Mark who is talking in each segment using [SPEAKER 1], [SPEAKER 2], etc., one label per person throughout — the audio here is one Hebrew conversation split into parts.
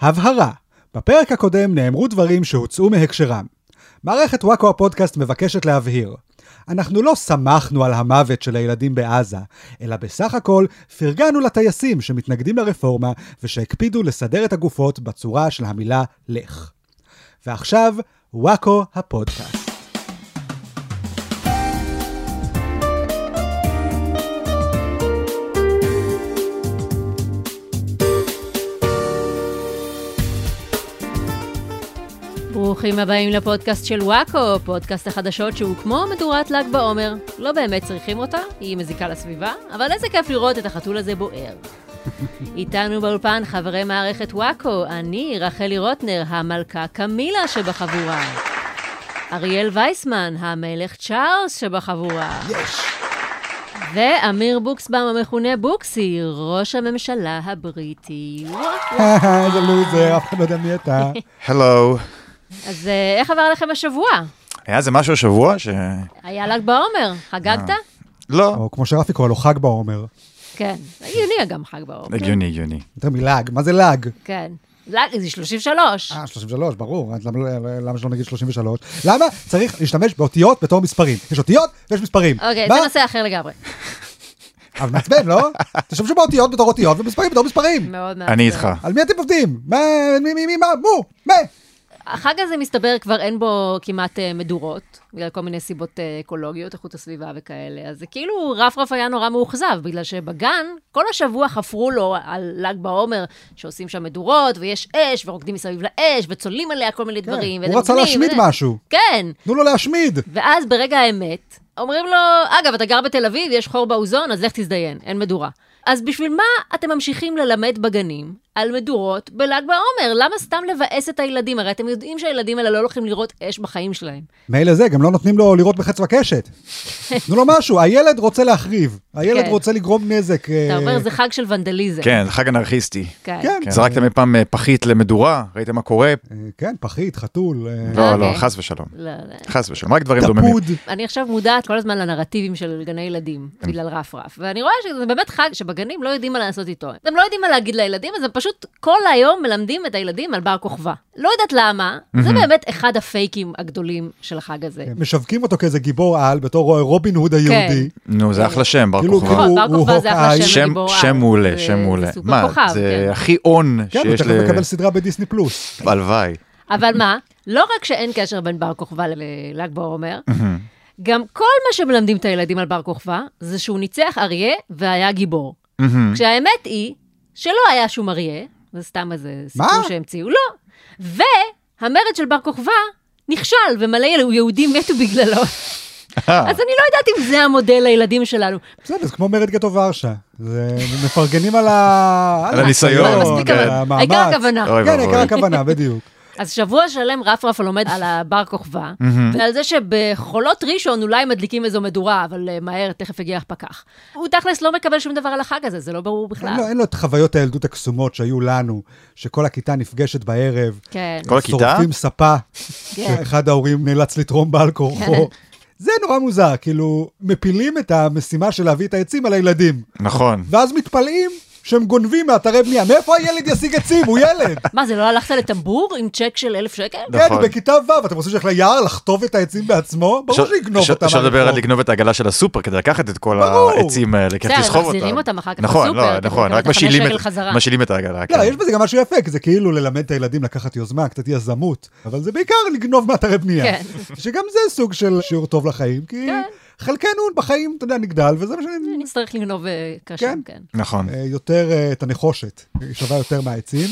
[SPEAKER 1] הבהרה, בפרק הקודם נאמרו דברים שהוצאו מהקשרם. מערכת וואקו הפודקאסט מבקשת להבהיר. אנחנו לא שמחנו על המוות של הילדים בעזה, אלא בסך הכל פרגנו לטייסים שמתנגדים לרפורמה ושהקפידו לסדר את הגופות בצורה של המילה לך. ועכשיו, וואקו הפודקאסט.
[SPEAKER 2] ברוכים הבאים לפודקאסט של וואקו, פודקאסט החדשות שהוא כמו מדורת ל"ג בעומר. לא באמת צריכים אותה, היא מזיקה לסביבה, אבל איזה כיף לראות את החתול הזה בוער. איתנו באולפן חברי מערכת וואקו, אני רחלי רוטנר, המלכה קמילה שבחבורה. אריאל וייסמן, המלך צ'ארלס שבחבורה.
[SPEAKER 1] יש!
[SPEAKER 2] ואמיר בוקסבאום, המכונה בוקסי, ראש הממשלה הבריטי.
[SPEAKER 1] איזה לוזר, אף אחד לא יודע מי אתה.
[SPEAKER 3] הלו.
[SPEAKER 2] אז אה, איך עבר לכם השבוע?
[SPEAKER 3] היה איזה משהו השבוע ש...
[SPEAKER 2] היה ל"ג בעומר, חגגת?
[SPEAKER 3] לא.
[SPEAKER 1] או כמו שרפי קורא לו חג בעומר.
[SPEAKER 2] כן, הגיוני גם חג בעומר.
[SPEAKER 3] הגיוני, הגיוני.
[SPEAKER 2] אה,
[SPEAKER 1] יותר מלעג, מה זה לעג?
[SPEAKER 2] כן. לג- זה 33.
[SPEAKER 1] אה, 33, ברור, אז למה, לא- למה שלא נגיד 33? למה צריך להשתמש באותיות בתור מספרים? יש אותיות ויש מספרים.
[SPEAKER 2] אוקיי,
[SPEAKER 1] מה?
[SPEAKER 2] זה נושא אחר לגמרי.
[SPEAKER 1] אבל מעצבן, לא? תשתמשו באותיות בתור אותיות ומספרים בתור מספרים.
[SPEAKER 2] מאוד מעט.
[SPEAKER 3] אני איתך.
[SPEAKER 1] על מי אתם עובדים? מה, מי, מי, מי, מה, מו, מה?
[SPEAKER 2] החג הזה מסתבר כבר אין בו כמעט אה, מדורות, בגלל כל מיני סיבות אה, אקולוגיות, איכות הסביבה וכאלה. אז זה כאילו, רפרף היה נורא מאוכזב, בגלל שבגן, כל השבוע חפרו לו על ל"ג בעומר, שעושים שם מדורות, ויש אש, ורוקדים מסביב לאש, וצוללים עליה כל מיני דברים.
[SPEAKER 1] כן. הוא רצה
[SPEAKER 2] ודגלים,
[SPEAKER 1] להשמיד
[SPEAKER 2] וזה.
[SPEAKER 1] משהו.
[SPEAKER 2] כן.
[SPEAKER 1] תנו לו להשמיד.
[SPEAKER 2] ואז ברגע האמת, אומרים לו, אגב, אתה גר בתל אביב, יש חור באוזון, אז לך תזדיין, אין מדורה. אז בשביל מה אתם ממשיכים ללמד בגנים על מדורות בל"ג בעומר? למה סתם לבאס את הילדים? הרי אתם יודעים שהילדים האלה לא הולכים לראות אש בחיים שלהם.
[SPEAKER 1] מילא זה, גם לא נותנים לו לראות בחץ וקשת. תנו לו משהו, הילד רוצה להחריב. הילד
[SPEAKER 2] כן.
[SPEAKER 1] רוצה לגרום נזק.
[SPEAKER 2] אתה
[SPEAKER 1] אה,
[SPEAKER 2] אומר, זה חג של ונדליזם.
[SPEAKER 3] כן, זה חג אנרכיסטי.
[SPEAKER 2] כן.
[SPEAKER 1] כן,
[SPEAKER 3] זרקתם אי פעם אה, פחית למדורה, ראיתם מה קורה?
[SPEAKER 1] אה, כן, פחית, חתול, אה,
[SPEAKER 3] לא, לא,
[SPEAKER 2] אוקיי.
[SPEAKER 3] חס ושלום.
[SPEAKER 2] לא, לא.
[SPEAKER 3] חס ושלום, רק דברים דוממים.
[SPEAKER 1] דפוד.
[SPEAKER 2] אני עכשיו מודעת כל הזמן לנרטיבים של גני ילדים,
[SPEAKER 3] כן.
[SPEAKER 2] בגלל רפרף. ואני רואה שזה באמת חג שבגנים לא יודעים מה לעשות איתו. הם לא יודעים מה להגיד לילדים, אז הם פשוט כל היום מלמדים את הילדים על בר כוכבא. לא יודעת למה, זה באמת אחד הפייקים הגדולים של החג הזה.
[SPEAKER 3] כן.
[SPEAKER 1] משווקים אותו כאיזה גיבור על, בתור רובין הוד
[SPEAKER 2] כן.
[SPEAKER 1] היהודי.
[SPEAKER 3] נו, זה אחלה שם, בר
[SPEAKER 1] כאילו,
[SPEAKER 3] כוכבא.
[SPEAKER 1] הוא-
[SPEAKER 2] נכון, בר
[SPEAKER 1] הוא
[SPEAKER 2] כוכבא זה אחלה
[SPEAKER 1] הוקאי.
[SPEAKER 2] שם
[SPEAKER 3] שם
[SPEAKER 2] לגיבור על.
[SPEAKER 3] שם מעולה,
[SPEAKER 2] זה-
[SPEAKER 3] שם מעולה.
[SPEAKER 2] זה סופר
[SPEAKER 3] מה,
[SPEAKER 2] כוכב,
[SPEAKER 3] זה
[SPEAKER 2] כן.
[SPEAKER 3] הכי הון
[SPEAKER 1] כן, הוא
[SPEAKER 3] שיש
[SPEAKER 1] תכף
[SPEAKER 3] ל...
[SPEAKER 1] מקבל סדרה בדיסני פלוס.
[SPEAKER 3] הלוואי.
[SPEAKER 2] אבל מה, לא רק שאין קשר בין בר כוכבא לל"ג בעומר,
[SPEAKER 3] אה.
[SPEAKER 2] גם כל מה שמלמדים את הילדים על בר כוכבא, זה שהוא ניצח אריה והיה גיבור.
[SPEAKER 3] מהמם.
[SPEAKER 2] כשהאמת היא שלא היה שום אריה, זה סתם איזה
[SPEAKER 1] מה?
[SPEAKER 2] סיפור שהמציאו, לא. והמרד של בר כוכבא נכשל, ומלא יל- יהודים מתו בגללו.
[SPEAKER 3] אה,
[SPEAKER 2] אז אני לא יודעת אם זה המודל לילדים שלנו.
[SPEAKER 1] בסדר, זה כמו מרד גטו ורשה. זה מפרגנים על ה...
[SPEAKER 3] על הניסיון,
[SPEAKER 2] אבל
[SPEAKER 3] לא,
[SPEAKER 2] מספיק,
[SPEAKER 3] כן.
[SPEAKER 2] אבל
[SPEAKER 1] המאמץ.
[SPEAKER 2] העיקר הכוונה.
[SPEAKER 3] אוי
[SPEAKER 1] כן,
[SPEAKER 3] ואבוי.
[SPEAKER 1] עיקר הכוונה, בדיוק.
[SPEAKER 2] אז שבוע שלם רפרף לומד על הבר כוכבא, ועל זה שבחולות ראשון אולי מדליקים איזו מדורה, אבל אה, מהר, תכף יגיע הפקח. הוא תכלס לא מקבל שום דבר על החג הזה, זה לא ברור
[SPEAKER 1] אין
[SPEAKER 2] בכלל.
[SPEAKER 1] לו- אין לו את חוויות הילדות הקסומות שהיו לנו, שכל הכיתה נפגשת בערב.
[SPEAKER 2] כן,
[SPEAKER 3] כל הכיתה?
[SPEAKER 1] שורפים ספה,
[SPEAKER 2] כן.
[SPEAKER 1] שאחד ההורים נאלץ לתרום בעל כורחו. זה נורא מוזר, כאילו, מפילים את המשימה של להביא את העצים על הילדים,
[SPEAKER 3] נכון.
[SPEAKER 1] ואז מתפלאים שהם גונבים מאתרי בנייה. מאיפה הילד ישיג עצים? הוא ילד.
[SPEAKER 2] מה, זה לא הלכת לטמבור עם צ'ק של אלף שקל?
[SPEAKER 3] נכון.
[SPEAKER 1] כן, הוא בכיתה ו', אתם רוצים שילך ליער לחטוב את העצים בעצמו? ברור
[SPEAKER 3] אפשר-
[SPEAKER 1] שיגנוב
[SPEAKER 3] אפשר-
[SPEAKER 1] אותם.
[SPEAKER 3] אפשר לדבר על
[SPEAKER 1] מהרחוב.
[SPEAKER 3] לגנוב את העגלה של הסופר כדי לקחת את כל
[SPEAKER 1] ברור.
[SPEAKER 3] העצים האלה, כדי
[SPEAKER 2] בסדר,
[SPEAKER 3] לסחוב אותם.
[SPEAKER 2] מחזירים אותם אחר כך
[SPEAKER 3] נכון,
[SPEAKER 2] בסופר,
[SPEAKER 3] לא,
[SPEAKER 2] אתה
[SPEAKER 3] נכון,
[SPEAKER 2] מקבל
[SPEAKER 3] רק
[SPEAKER 2] את החמש
[SPEAKER 3] משילים
[SPEAKER 2] שקל
[SPEAKER 3] את-
[SPEAKER 2] חזרה.
[SPEAKER 3] משילים את העגלה.
[SPEAKER 1] לא,
[SPEAKER 3] כן.
[SPEAKER 1] יש בזה גם משהו יפה, כי זה כאילו ללמד את הילדים לקחת יוזמה, קצת יזמות, אבל זה בעיקר לגנוב מאתרי בנייה.
[SPEAKER 2] כן.
[SPEAKER 1] שגם זה סוג של שיעור טוב לחיים, כי
[SPEAKER 2] כן.
[SPEAKER 1] חלקנו בחיים, אתה יודע, נגדל, וזה מה שאני...
[SPEAKER 2] נצטרך לגנוב אה,
[SPEAKER 1] כן.
[SPEAKER 2] קשר, כן.
[SPEAKER 3] נכון.
[SPEAKER 1] אה, יותר אה, את הנחושת, היא שווה יותר מהעצים,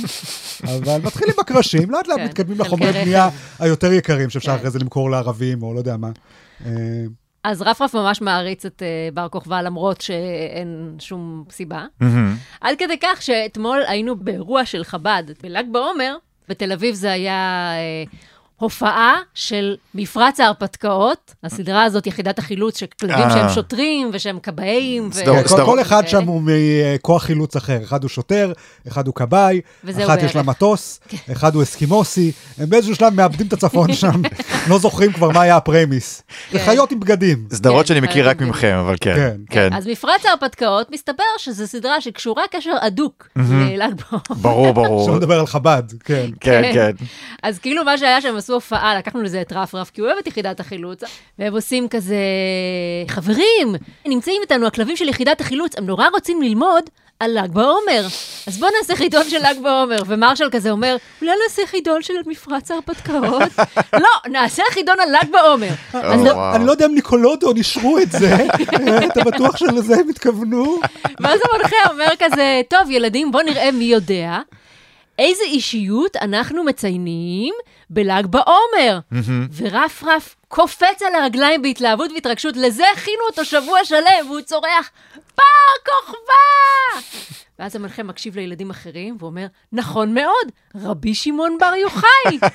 [SPEAKER 1] אבל מתחילים בקרשים, לאט לאט
[SPEAKER 2] כן,
[SPEAKER 1] מתקדמים
[SPEAKER 2] חלקי
[SPEAKER 1] לחומרי
[SPEAKER 2] רכב.
[SPEAKER 1] בנייה היותר יקרים, שאפשר
[SPEAKER 2] כן.
[SPEAKER 1] אחרי זה למכור לערבים, או לא יודע מה. אה,
[SPEAKER 2] אז רפרף ממש מעריץ את אה, בר כוכבא, למרות שאין שום סיבה.
[SPEAKER 3] מהמם.
[SPEAKER 2] עד כדי כך שאתמול היינו באירוע של חב"ד בל"ג בעומר, בתל אביב זה היה אה, הופעה של מפרץ ההרפתקאות, הסדרה הזאת, יחידת החילוץ, שכלבים
[SPEAKER 3] אה.
[SPEAKER 2] שהם שוטרים ושהם כבאים. ו-
[SPEAKER 3] סדרות,
[SPEAKER 1] כן, כל-
[SPEAKER 3] סדרות.
[SPEAKER 1] כל אחד שם
[SPEAKER 2] אה,
[SPEAKER 1] הוא מכוח חילוץ אחר, אחד הוא שוטר, אחד הוא כבאי,
[SPEAKER 2] וזהו כן.
[SPEAKER 1] אחת יש לה
[SPEAKER 2] בערך.
[SPEAKER 1] מטוס, אחד הוא אסקימוסי, הם באיזשהו שלב מאבדים את הצפון שם. לא זוכרים כבר מה היה הפרמיס. זה
[SPEAKER 2] כן.
[SPEAKER 1] חיות עם בגדים.
[SPEAKER 3] סדרות
[SPEAKER 2] כן,
[SPEAKER 3] שאני מכיר רק
[SPEAKER 2] חייבים.
[SPEAKER 3] ממכם, אבל כן.
[SPEAKER 1] כן.
[SPEAKER 3] כן.
[SPEAKER 2] אז מפרץ ההרפתקאות, מסתבר שזו סדרה שקשורה קשר הדוק לל"ג בעומר.
[SPEAKER 3] ברור, ברור.
[SPEAKER 1] עכשיו נדבר על חב"ד, כן.
[SPEAKER 3] כן,
[SPEAKER 2] כן.
[SPEAKER 3] כן.
[SPEAKER 2] אז כאילו מה שהיה שהם עשו הופעה, לקחנו לזה את רפרף, כי הוא אוהב את יחידת החילוץ, והם עושים כזה, חברים, נמצאים איתנו הכלבים של יחידת החילוץ, הם נורא רוצים ללמוד על ל"ג בעומר. אז בואו נעשה חידון של ל"ג בעומר. ומרשל כזה אומר, אולי נעשה חידון של מפרץ ההרפתקאות? לא, נעשה חידון על ל"ג בעומר. אז
[SPEAKER 1] אני
[SPEAKER 2] לא-
[SPEAKER 1] לא-
[SPEAKER 3] וואו.
[SPEAKER 1] אני לא יודע אם ניקולודון אישרו את זה, אתה בטוח שלזה הם התכוונו?
[SPEAKER 2] ואז המנחה אומר כזה, טוב, ילדים, בואו נראה מי יודע. איזה אישיות אנחנו מציינים בל"ג בעומר. ורפרף קופץ על הרגליים בהתלהבות והתרגשות, לזה הכינו אותו שבוע שלם, והוא צורח, בר כוכבא! ואז המנחה מקשיב לילדים אחרים ואומר, נכון מאוד, רבי שמעון בר יוחאי.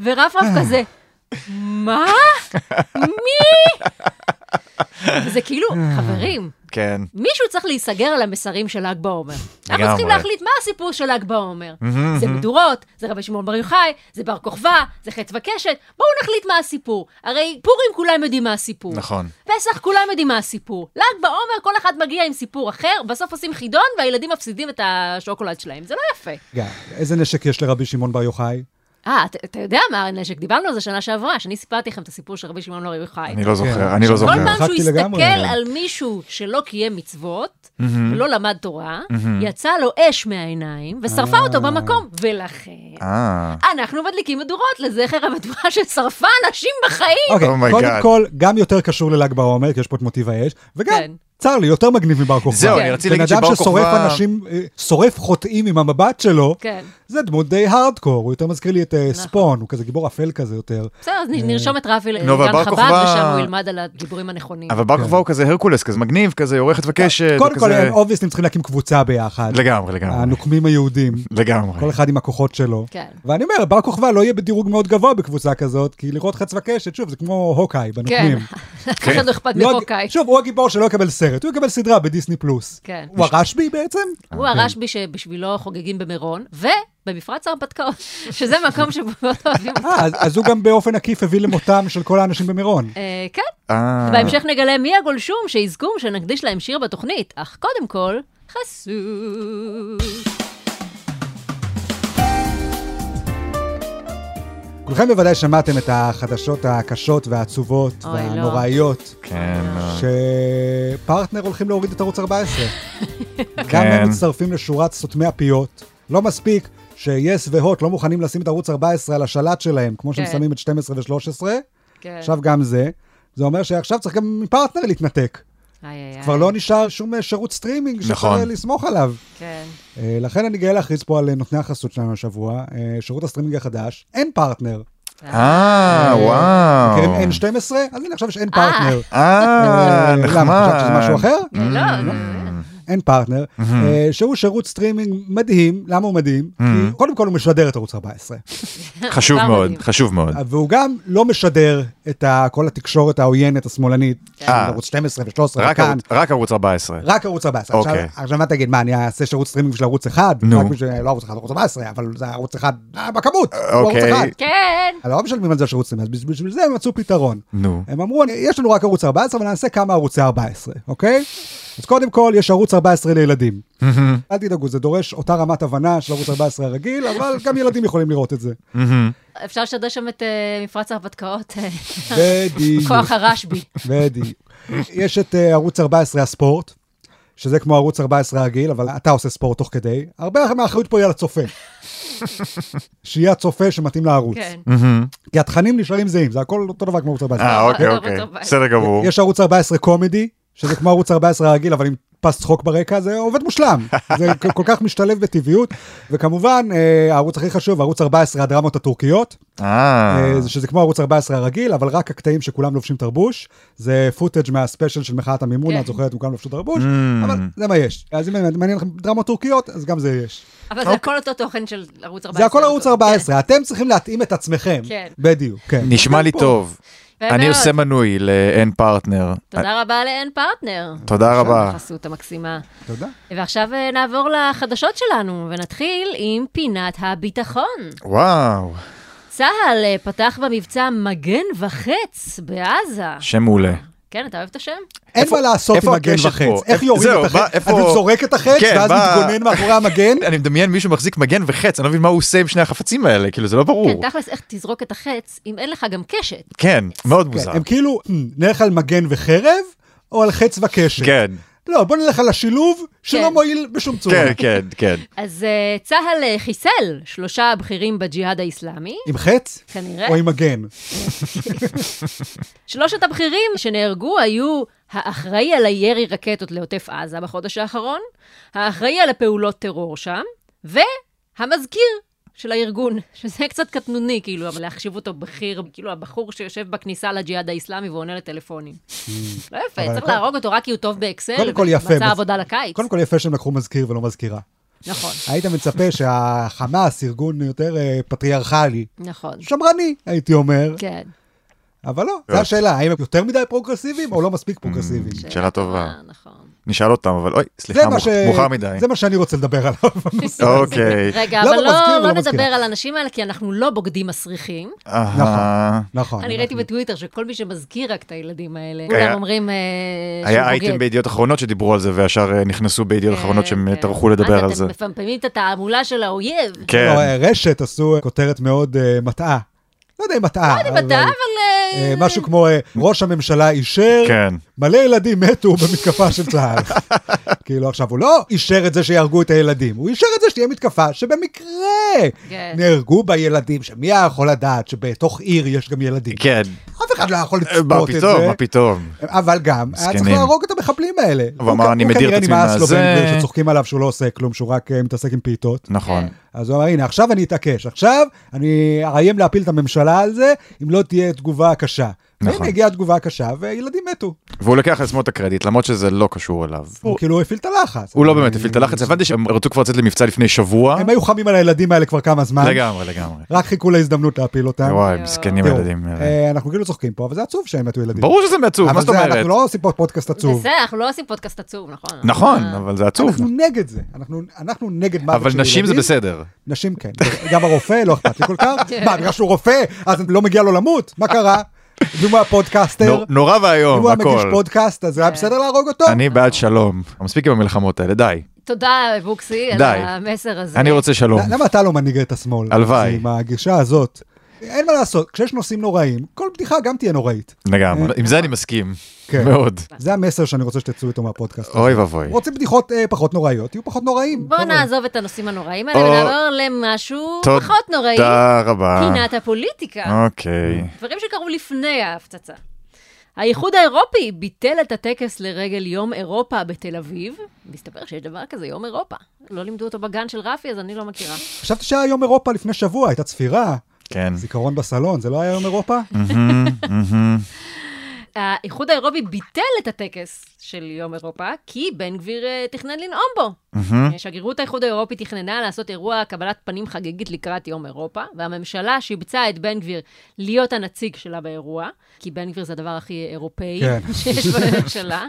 [SPEAKER 2] ורפרף כזה, מה? מי? וזה כאילו, חברים,
[SPEAKER 3] כן.
[SPEAKER 2] מישהו צריך להיסגר על המסרים של ל"ג בעומר. אנחנו
[SPEAKER 3] לגמרי.
[SPEAKER 2] צריכים להחליט מה הסיפור של ל"ג בעומר. זה מדורות, זה רבי שמעון בר יוחאי, זה בר כוכבא, זה חץ וקשת, בואו נחליט מה הסיפור. הרי פורים כולם יודעים מה הסיפור.
[SPEAKER 3] נכון.
[SPEAKER 2] פסח כולם יודעים מה הסיפור. ל"ג בעומר כל אחד מגיע עם סיפור אחר, בסוף עושים חידון והילדים מפסידים את השוקולד שלהם. זה לא יפה.
[SPEAKER 1] רגע, איזה נשק יש לרבי שמעון בר יוחאי?
[SPEAKER 3] Oh
[SPEAKER 2] אה, אתה- אתה יודע מה הנשק? דיברנו על זה שנה שעברה, שאני סיפרתי לכם את הסיפור של רבי שמעון בר יוחאי.
[SPEAKER 3] אני לא
[SPEAKER 1] כן.
[SPEAKER 3] זוכר, אני לא
[SPEAKER 2] כל
[SPEAKER 3] זוכר.
[SPEAKER 2] פעם שהוא
[SPEAKER 1] צחקתי
[SPEAKER 2] הסתכל
[SPEAKER 1] לגמרי.
[SPEAKER 2] על מישהו שלא קיים מצוות, ולא למד תורה, יצא לו אש מהעיניים, ושרפה אותו במקום, ולכן...
[SPEAKER 3] אה,
[SPEAKER 2] אנחנו מדליקים מדורות לזכר המדורה ששרפה אנשים בחיים.
[SPEAKER 1] אוקיי,
[SPEAKER 3] Oh my
[SPEAKER 1] קודם
[SPEAKER 3] God.
[SPEAKER 1] כל, גם יותר קשור לל"ג בעומר, כי יש פה את מוטיב האש, וגם,
[SPEAKER 2] כן.
[SPEAKER 1] צר לי, יותר מגניב מבר כוכבא.
[SPEAKER 3] זהו,
[SPEAKER 2] כן.
[SPEAKER 3] אני רציתי להגיד
[SPEAKER 1] בן
[SPEAKER 3] שבר
[SPEAKER 1] אדם ששורף
[SPEAKER 3] כוכבא...
[SPEAKER 1] אנשים, אה, שורף חוטאים עם המבט שלו,
[SPEAKER 2] כן. נכון.
[SPEAKER 1] זה דמות די הארדקור, הוא יותר מזכיר לי את אה, ספון, הוא כזה גיבור אפל כזה יותר.
[SPEAKER 3] כן,
[SPEAKER 2] בסדר, אז
[SPEAKER 1] אה.
[SPEAKER 2] נ- נרשום את רפי
[SPEAKER 3] נו, אבל
[SPEAKER 2] לגן
[SPEAKER 3] בר
[SPEAKER 2] חב"ד,
[SPEAKER 3] כוכבא-
[SPEAKER 2] ושם הוא ילמד על הדיבורים הנכונים.
[SPEAKER 3] אבל בר כוכבא הוא כזה הרקולס, כזה מגניב, כזה עורכת וקשת,
[SPEAKER 1] כן. קודם כל, אה,
[SPEAKER 3] וכזה-
[SPEAKER 1] הם אובייסטים צריכים להקים קבוצה ביחד.
[SPEAKER 3] לגמרי, לגמרי.
[SPEAKER 1] הנוקמים היהודים.
[SPEAKER 3] לגמרי.
[SPEAKER 1] כל אחד עם הכוחות שלו.
[SPEAKER 2] כן.
[SPEAKER 1] ואני אומר, בר כוכבא לא יהיה בדירוג מאוד גבוה בקבוצה כזאת, כי לראות חץ וקשת, שוב, זה כמו הוקאי
[SPEAKER 2] כן,
[SPEAKER 1] בנוקמים.
[SPEAKER 2] אף
[SPEAKER 3] כן.
[SPEAKER 2] אחד לא אכפת
[SPEAKER 1] לא הג-
[SPEAKER 2] מהוקאי.
[SPEAKER 1] שוב, הוא הגיבור שלא יקבל סרט, הוא יקבל סדרה בדיסני פלוס.
[SPEAKER 2] כן.
[SPEAKER 1] הוא הרשב"י בעצם?
[SPEAKER 2] הוא הרשב"י שבשבילו חוגגים במירון, ובמפרץ ההרפתקאות, שזה מקום שבו מאוד אוהבים אותו.
[SPEAKER 1] אה, אז- אז הוא גם באופן עקיף הביא למותם של כל האנשים במירון.
[SPEAKER 2] אה, כן.
[SPEAKER 3] אה,
[SPEAKER 2] בהמשך נגלה מי הגולשום שיזכו שנקדיש להם שיר בתוכנית, אך קודם כל, חסות.
[SPEAKER 1] כולכם בוודאי שמעתם את החדשות הקשות והעצובות
[SPEAKER 2] אוי, לא.
[SPEAKER 1] והנוראיות,
[SPEAKER 3] כן, אה,
[SPEAKER 1] שפרטנר הולכים להוריד את ערוץ 14. גם
[SPEAKER 3] כן.
[SPEAKER 1] הם מצטרפים לשורת סותמי הפיות. לא מספיק שיס והוט לא מוכנים לשים את ערוץ 14 על השלט שלהם, כמו שהם
[SPEAKER 2] כן.
[SPEAKER 1] שמים את 12 ו-13,
[SPEAKER 2] כן.
[SPEAKER 1] עכשיו גם זה. זה אומר שעכשיו צריך גם מפרטנר להתנתק.
[SPEAKER 2] איי, איי, איי.
[SPEAKER 1] כבר לא נשאר שום אה, שירות סטרימינג שאפשר
[SPEAKER 3] נכון.
[SPEAKER 1] אה, לסמוך עליו.
[SPEAKER 2] כן.
[SPEAKER 1] אה, לכן אני גאה להכריז פה על אה, נותני החסות שלנו השבוע, אה, שירות הסטרימינג החדש, אין פרטנר.
[SPEAKER 3] אה, וואו.
[SPEAKER 1] מכירים אין 12? אז הנה עכשיו יש אין פרטנר.
[SPEAKER 3] אה,
[SPEAKER 1] אה,
[SPEAKER 3] נחמד. Mm-hmm.
[SPEAKER 1] למה, חשבת שזה משהו אחר?
[SPEAKER 2] לא, זה-
[SPEAKER 1] אין פרטנר, אה, שהוא שירות סטרימינג מדהים, למה הוא מדהים?
[SPEAKER 3] Mm-hmm.
[SPEAKER 1] כי קודם כל הוא משדר את ערוץ 14,
[SPEAKER 3] חשוב
[SPEAKER 2] כבר
[SPEAKER 3] מאוד,
[SPEAKER 2] מדהים.
[SPEAKER 3] חשוב מאוד.
[SPEAKER 1] והוא גם לא משדר את ה- כל התקשורת העוינת השמאלנית, של
[SPEAKER 3] אה.
[SPEAKER 1] ערוץ 12 ו-13
[SPEAKER 3] רק
[SPEAKER 1] וכאן,
[SPEAKER 3] ערוץ- רק ערוץ 14.
[SPEAKER 1] רק ערוץ 14. עכשיו-
[SPEAKER 3] אוקיי.
[SPEAKER 1] עכשיו מה תגיד, מה, אני אעשה שירות סטרימינג בשביל ערוץ 1?
[SPEAKER 3] נו.
[SPEAKER 1] רק בשביל, לא ערוץ 1, ערוץ 14, אבל זה ערוץ 1 אה, בכמות, הוא ערוץ
[SPEAKER 3] אוקיי.
[SPEAKER 1] 1.
[SPEAKER 2] כן.
[SPEAKER 1] לא משלמים על זה שירות סטרימינג, אז בשביל זה הם מצאו פתרון.
[SPEAKER 3] נו.
[SPEAKER 1] הם אמרו, יש לנו רק ערוץ 14, אבל נעשה כמה ערוצי 14, אוקיי? אז קודם כל, יש ערוץ 14 לילדים. אל תדאגו, זה דורש אותה רמת הבנה של ערוץ 14 הרגיל, אבל גם ילדים יכולים לראות את זה.
[SPEAKER 2] אפשר לשדר שם את אה, מפרץ ההרפתקאות, אה,
[SPEAKER 1] בדיוק,
[SPEAKER 2] כוח הרשב"י.
[SPEAKER 1] בדיוק. יש את אה, ערוץ 14 הספורט, שזה כמו ערוץ 14 הרגיל, אבל אתה עושה ספורט תוך כדי. הרבה מהאחריות פה היא על הצופה. שיהיה הצופה שמתאים לערוץ.
[SPEAKER 2] כן.
[SPEAKER 1] כי התכנים נשארים זהים, זה הכל אותו דבר כמו ערוץ 14.
[SPEAKER 3] אה, אוקיי,
[SPEAKER 2] ערוץ
[SPEAKER 3] אוקיי.
[SPEAKER 2] 14.
[SPEAKER 3] בסדר גמור.
[SPEAKER 1] יש ערוץ 14 קומדי, שזה כמו ערוץ 14 הרגיל, אבל עם פס צחוק ברקע, זה עובד מושלם. זה כל- כל כך משתלב בטבעיות. וכמובן, אה, הערוץ הכי חשוב, ערוץ 14 הדרמות הטורקיות,
[SPEAKER 3] אה,
[SPEAKER 1] אה, זה- שזה כמו ערוץ 14 הרגיל, אבל רק הקטעים שכולם לובשים תרבוש. זה פוטאג' מהספיישל של מחאת המימונה,
[SPEAKER 2] כן.
[SPEAKER 1] את זוכרת, הם כולם לבשו תרבוש, אבל זה מה יש. אז אם מעניין לכם דרמות טורקיות, אז גם זה יש.
[SPEAKER 2] אבל זה הכל אותו תוכן של ערוץ 14.
[SPEAKER 1] זה הכל ערוץ 14, אתם צריכים להתאים את עצמכם.
[SPEAKER 2] כן.
[SPEAKER 1] בדיוק, כן.
[SPEAKER 3] נשמע לי טוב.
[SPEAKER 2] כן.
[SPEAKER 3] אני
[SPEAKER 2] מאוד.
[SPEAKER 3] עושה מנוי לאין פרטנר.
[SPEAKER 2] תודה רבה לאין פרטנר.
[SPEAKER 3] תודה רבה.
[SPEAKER 2] החסות המקסימה.
[SPEAKER 1] תודה.
[SPEAKER 2] ועכשיו אה, נעבור לחדשות שלנו, ונתחיל עם פינת הביטחון.
[SPEAKER 3] וואו.
[SPEAKER 2] צה"ל אה, פתח במבצע מגן וחץ בעזה.
[SPEAKER 3] שם מעולה.
[SPEAKER 2] כן, אתה אוהב את השם?
[SPEAKER 1] אין
[SPEAKER 3] איפה-
[SPEAKER 1] מה לעשות עם
[SPEAKER 3] איפה
[SPEAKER 1] מגן
[SPEAKER 3] הקשת
[SPEAKER 1] וחץ.
[SPEAKER 3] פה?
[SPEAKER 1] איך
[SPEAKER 3] איפה-
[SPEAKER 1] יורים
[SPEAKER 3] זהו,
[SPEAKER 1] את
[SPEAKER 3] בא-
[SPEAKER 1] החץ? אתה
[SPEAKER 3] איפה-
[SPEAKER 1] פשוט זורק את החץ,
[SPEAKER 3] כן,
[SPEAKER 1] ואז
[SPEAKER 3] בא-
[SPEAKER 1] מתגונן מאחורי המגן?
[SPEAKER 3] אני מדמיין מישהו מחזיק מגן וחץ, אני לא מבין מה הוא עושה עם שני החפצים האלה, כאילו זה לא ברור.
[SPEAKER 2] כן, תכלס, איך תזרוק את החץ אם אין לך גם קשת?
[SPEAKER 3] כן, מאוד
[SPEAKER 1] כן,
[SPEAKER 3] מוזר.
[SPEAKER 1] הם כאילו, "מ, נלך על מגן וחרב, או על חץ וקשת?
[SPEAKER 3] כן,
[SPEAKER 1] לא, בוא נלך על השילוב, שלא
[SPEAKER 2] כן.
[SPEAKER 1] מועיל בשום צורה.
[SPEAKER 3] כן, כן, כן.
[SPEAKER 2] אז אה, צה"ל אה, חיסל שלושה בכירים בג'יהאד האיסלאמי,
[SPEAKER 1] עם חץ?
[SPEAKER 2] כנראה.
[SPEAKER 1] או עם מגן?
[SPEAKER 2] שלושת הבכירים שנהרגו היו האחראי על הירי רקטות לעוטף עזה בחודש האחרון, האחראי על הפעולות טרור שם, והמזכיר של הארגון, שזה קצת קטנוני, כאילו, אבל להחשיב אותו בכיר, כאילו הבחור שיושב בכניסה לג'יהאד האיסלאמי ועונה לטלפונים. לא יפה,
[SPEAKER 1] Hmm. אבל
[SPEAKER 2] צריך
[SPEAKER 1] הכל-
[SPEAKER 2] להרוג אותו רק כי הוא טוב באקסל,
[SPEAKER 1] קודם כל יפה, מז-
[SPEAKER 2] ומצא עבודה לקיץ.
[SPEAKER 1] קודם כל יפה שהם לקחו מזכיר ולא מזכירה.
[SPEAKER 2] נכון,
[SPEAKER 1] היית מצפה שהחמאס, ארגון יותר אה, פטריארכלי,
[SPEAKER 2] נכון,
[SPEAKER 1] שמרני, הייתי אומר,
[SPEAKER 2] כן.
[SPEAKER 1] אבל לא,
[SPEAKER 3] כן.
[SPEAKER 1] זו השאלה, האם הם יותר מדי פרוגרסיביים או לא
[SPEAKER 3] Mm.
[SPEAKER 1] מספיק פרוגרסיביים?
[SPEAKER 3] שאלה טובה.
[SPEAKER 2] נכון.
[SPEAKER 3] נשאל אותם, אבל אוי,
[SPEAKER 1] זה
[SPEAKER 3] סליחה,
[SPEAKER 1] מה
[SPEAKER 3] מאוח-
[SPEAKER 1] ש...
[SPEAKER 3] מאוחר מדי.
[SPEAKER 1] זה מה שאני רוצה לדבר עליו.
[SPEAKER 3] אוקיי.
[SPEAKER 2] רגע,
[SPEAKER 1] למה
[SPEAKER 2] אבל
[SPEAKER 1] מזכיר
[SPEAKER 2] לא,
[SPEAKER 1] ולא
[SPEAKER 2] לא
[SPEAKER 1] מזכירה?
[SPEAKER 2] נדבר על האנשים האלה, כי אנחנו לא בוגדים מסריחים. אה,
[SPEAKER 3] אהה.
[SPEAKER 1] נכון.
[SPEAKER 2] אני ראיתי
[SPEAKER 1] אנחנו-
[SPEAKER 2] בטוויטר שכל מי שמזכיר רק את הילדים האלה,
[SPEAKER 3] היה-
[SPEAKER 2] כולם אומרים אה,
[SPEAKER 3] היה
[SPEAKER 2] שהוא
[SPEAKER 3] אייטם
[SPEAKER 2] בוגד.
[SPEAKER 3] בידיעות אחרונות שדיברו על זה, וישר אה, נכנסו בידיעות אחרונות שהם אה,
[SPEAKER 2] כן.
[SPEAKER 3] טרחו לדבר
[SPEAKER 2] אז
[SPEAKER 3] על זה.
[SPEAKER 2] אתם מפמפמים את התעמולה של האויב.
[SPEAKER 3] כן,
[SPEAKER 1] לא, אה, רשת עשו כותרת מאוד אה, מטעה. לא יודע אם מטעה.
[SPEAKER 2] אני בטח, אבל... אה,
[SPEAKER 1] אה, משהו כמו אה, ראש הממשלה אישר,
[SPEAKER 3] כן.
[SPEAKER 1] מלא ילדים מתו במתקפה של צה"ל. כאילו עכשיו, הוא לא אישר את זה שיהרגו את הילדים, הוא אישר את זה שתהיה מתקפה שבמקרה
[SPEAKER 2] כן.
[SPEAKER 1] נהרגו בה ילדים, שמי היה יכול לדעת שבתוך עיר יש גם ילדים?
[SPEAKER 3] כן.
[SPEAKER 1] אף אחד לא יכול
[SPEAKER 3] אה, מה
[SPEAKER 1] לצפות את
[SPEAKER 3] פתאום,
[SPEAKER 1] זה.
[SPEAKER 3] מה פתאום.
[SPEAKER 1] אבל גם, היה צריך
[SPEAKER 3] מסכנים.
[SPEAKER 1] להרוג את המחבלים האלה.
[SPEAKER 3] הוא אמר, "אני מדיר את עצמי
[SPEAKER 1] הוא כנראה נמאס לו
[SPEAKER 3] מהזה."
[SPEAKER 1] בן גביר שצוחקים עליו שהוא לא עושה כלום, שהוא רק אה, מתעסק עם בעיטות.
[SPEAKER 3] נכון.
[SPEAKER 2] כן.
[SPEAKER 1] אז הוא אמר, הנה, עכשיו אני אתעקש. עכשיו אני אאיים להפיל את הממשלה על זה, אם לא תהיה תגובה קשה.
[SPEAKER 3] נכון.
[SPEAKER 1] והנה הגיעה התגובה הקשה, וילדים מתו.
[SPEAKER 3] והוא לקח לעצמו את הקרדיט, למרות שזה לא קשור אליו.
[SPEAKER 1] הוא
[SPEAKER 3] הוא-
[SPEAKER 1] כאילו הפעיל את הלחץ.
[SPEAKER 3] הוא לא באמת הפעיל את הלחץ, הבנתי שהם רצו כבר לצאת למבצע לפני שבוע.
[SPEAKER 1] הם היו חמים על הילדים האלה כבר כמה זמן.
[SPEAKER 3] לגמרי, לגמרי.
[SPEAKER 1] רק חיכו להזדמנות להפיל אותם.
[SPEAKER 3] וואי, מסכנים
[SPEAKER 1] תראו,
[SPEAKER 3] הילדים. האלה.
[SPEAKER 1] אה, אנחנו כאילו צוחקים פה, אבל זה עצוב שהם מתו ילדים.
[SPEAKER 3] ברור שזה מעצוב, מה
[SPEAKER 1] אבל
[SPEAKER 3] זאת
[SPEAKER 1] זה- אנחנו
[SPEAKER 3] אומרת?
[SPEAKER 1] לא עושים פה פודקאסט עצוב.
[SPEAKER 2] בסדר, אנחנו לא עושים פודקאסט עצוב, נכון?
[SPEAKER 3] נכון,
[SPEAKER 2] אה,
[SPEAKER 3] אבל זה עצוב.
[SPEAKER 1] אנחנו נגד זה, אנחנו- אנחנו נגד מוות של
[SPEAKER 3] אבל
[SPEAKER 1] ילדים.
[SPEAKER 3] נשים זה בסדר.
[SPEAKER 1] נשים כן, גם הרופא לא אכפת לי כל כך. מה, בגלל שהוא רופא, אז לא מגיע לו למות? מה קרה? אם הוא הפודקאסטר,
[SPEAKER 3] נו- נורא
[SPEAKER 1] אם
[SPEAKER 3] ואיום,
[SPEAKER 1] הוא המגיש
[SPEAKER 3] הכל.
[SPEAKER 1] פודקאסט, אז היה
[SPEAKER 2] כן.
[SPEAKER 1] בסדר להרוג אותו?
[SPEAKER 3] אני בעד שלום. מספיק עם המלחמות האלה, די.
[SPEAKER 2] תודה, בוקסי, על
[SPEAKER 3] די.
[SPEAKER 2] המסר הזה.
[SPEAKER 3] אני רוצה שלום.
[SPEAKER 1] למה אתה לא מנהיג את השמאל?
[SPEAKER 3] הלוואי.
[SPEAKER 1] עם הגישה הזאת. אין מה לעשות, כשיש נושאים נוראים, כל בדיחה גם תהיה נוראית.
[SPEAKER 3] לגמרי. עם זה אני מסכים.
[SPEAKER 1] אה, כן.
[SPEAKER 3] מאוד.
[SPEAKER 2] אה.
[SPEAKER 1] זה המסר שאני רוצה שתצאו איתו מהפודקאסט. הזה.
[SPEAKER 3] אוי ואבוי.
[SPEAKER 1] רוצים בדיחות אה, פחות נוראיות, תהיו פחות נוראים.
[SPEAKER 2] בואו
[SPEAKER 1] חבר'ה.
[SPEAKER 2] נעזוב את הנושאים הנוראים האלה
[SPEAKER 3] או-
[SPEAKER 2] ונעבור למשהו פחות נוראי,
[SPEAKER 3] תודה רבה.
[SPEAKER 2] פינת הפוליטיקה.
[SPEAKER 3] אוקיי.
[SPEAKER 2] דברים שקרו לפני ההפצצה. האיחוד האירופי ביטל את הטקס לרגל יום אירופה בתל אביב. מסתבר שיש דבר כזה, יום אירופה. לא לימדו אותו בגן של רפי, אז אני לא מכירה.
[SPEAKER 1] חשבתי שהיה יום אירופה לפני שבוע, הייתה צפירה,
[SPEAKER 3] כן.
[SPEAKER 1] זיכרון בסלון, זה לא היה יום אירופה?
[SPEAKER 3] מהמם, מהמם.
[SPEAKER 2] האיחוד האירופי ביטל את הטקס של יום אירופה, כי בן גביר אה, תכנן לנאום בו.
[SPEAKER 3] מהמם.
[SPEAKER 2] שגרירות האיחוד האירופי תכננה לעשות אירוע קבלת פנים חגיגית לקראת יום אירופה, והממשלה שיבצה את בן גביר להיות הנציג שלה באירוע, כי בן גביר זה הדבר הכי אירופאי
[SPEAKER 1] כן.
[SPEAKER 2] שיש בממשלה.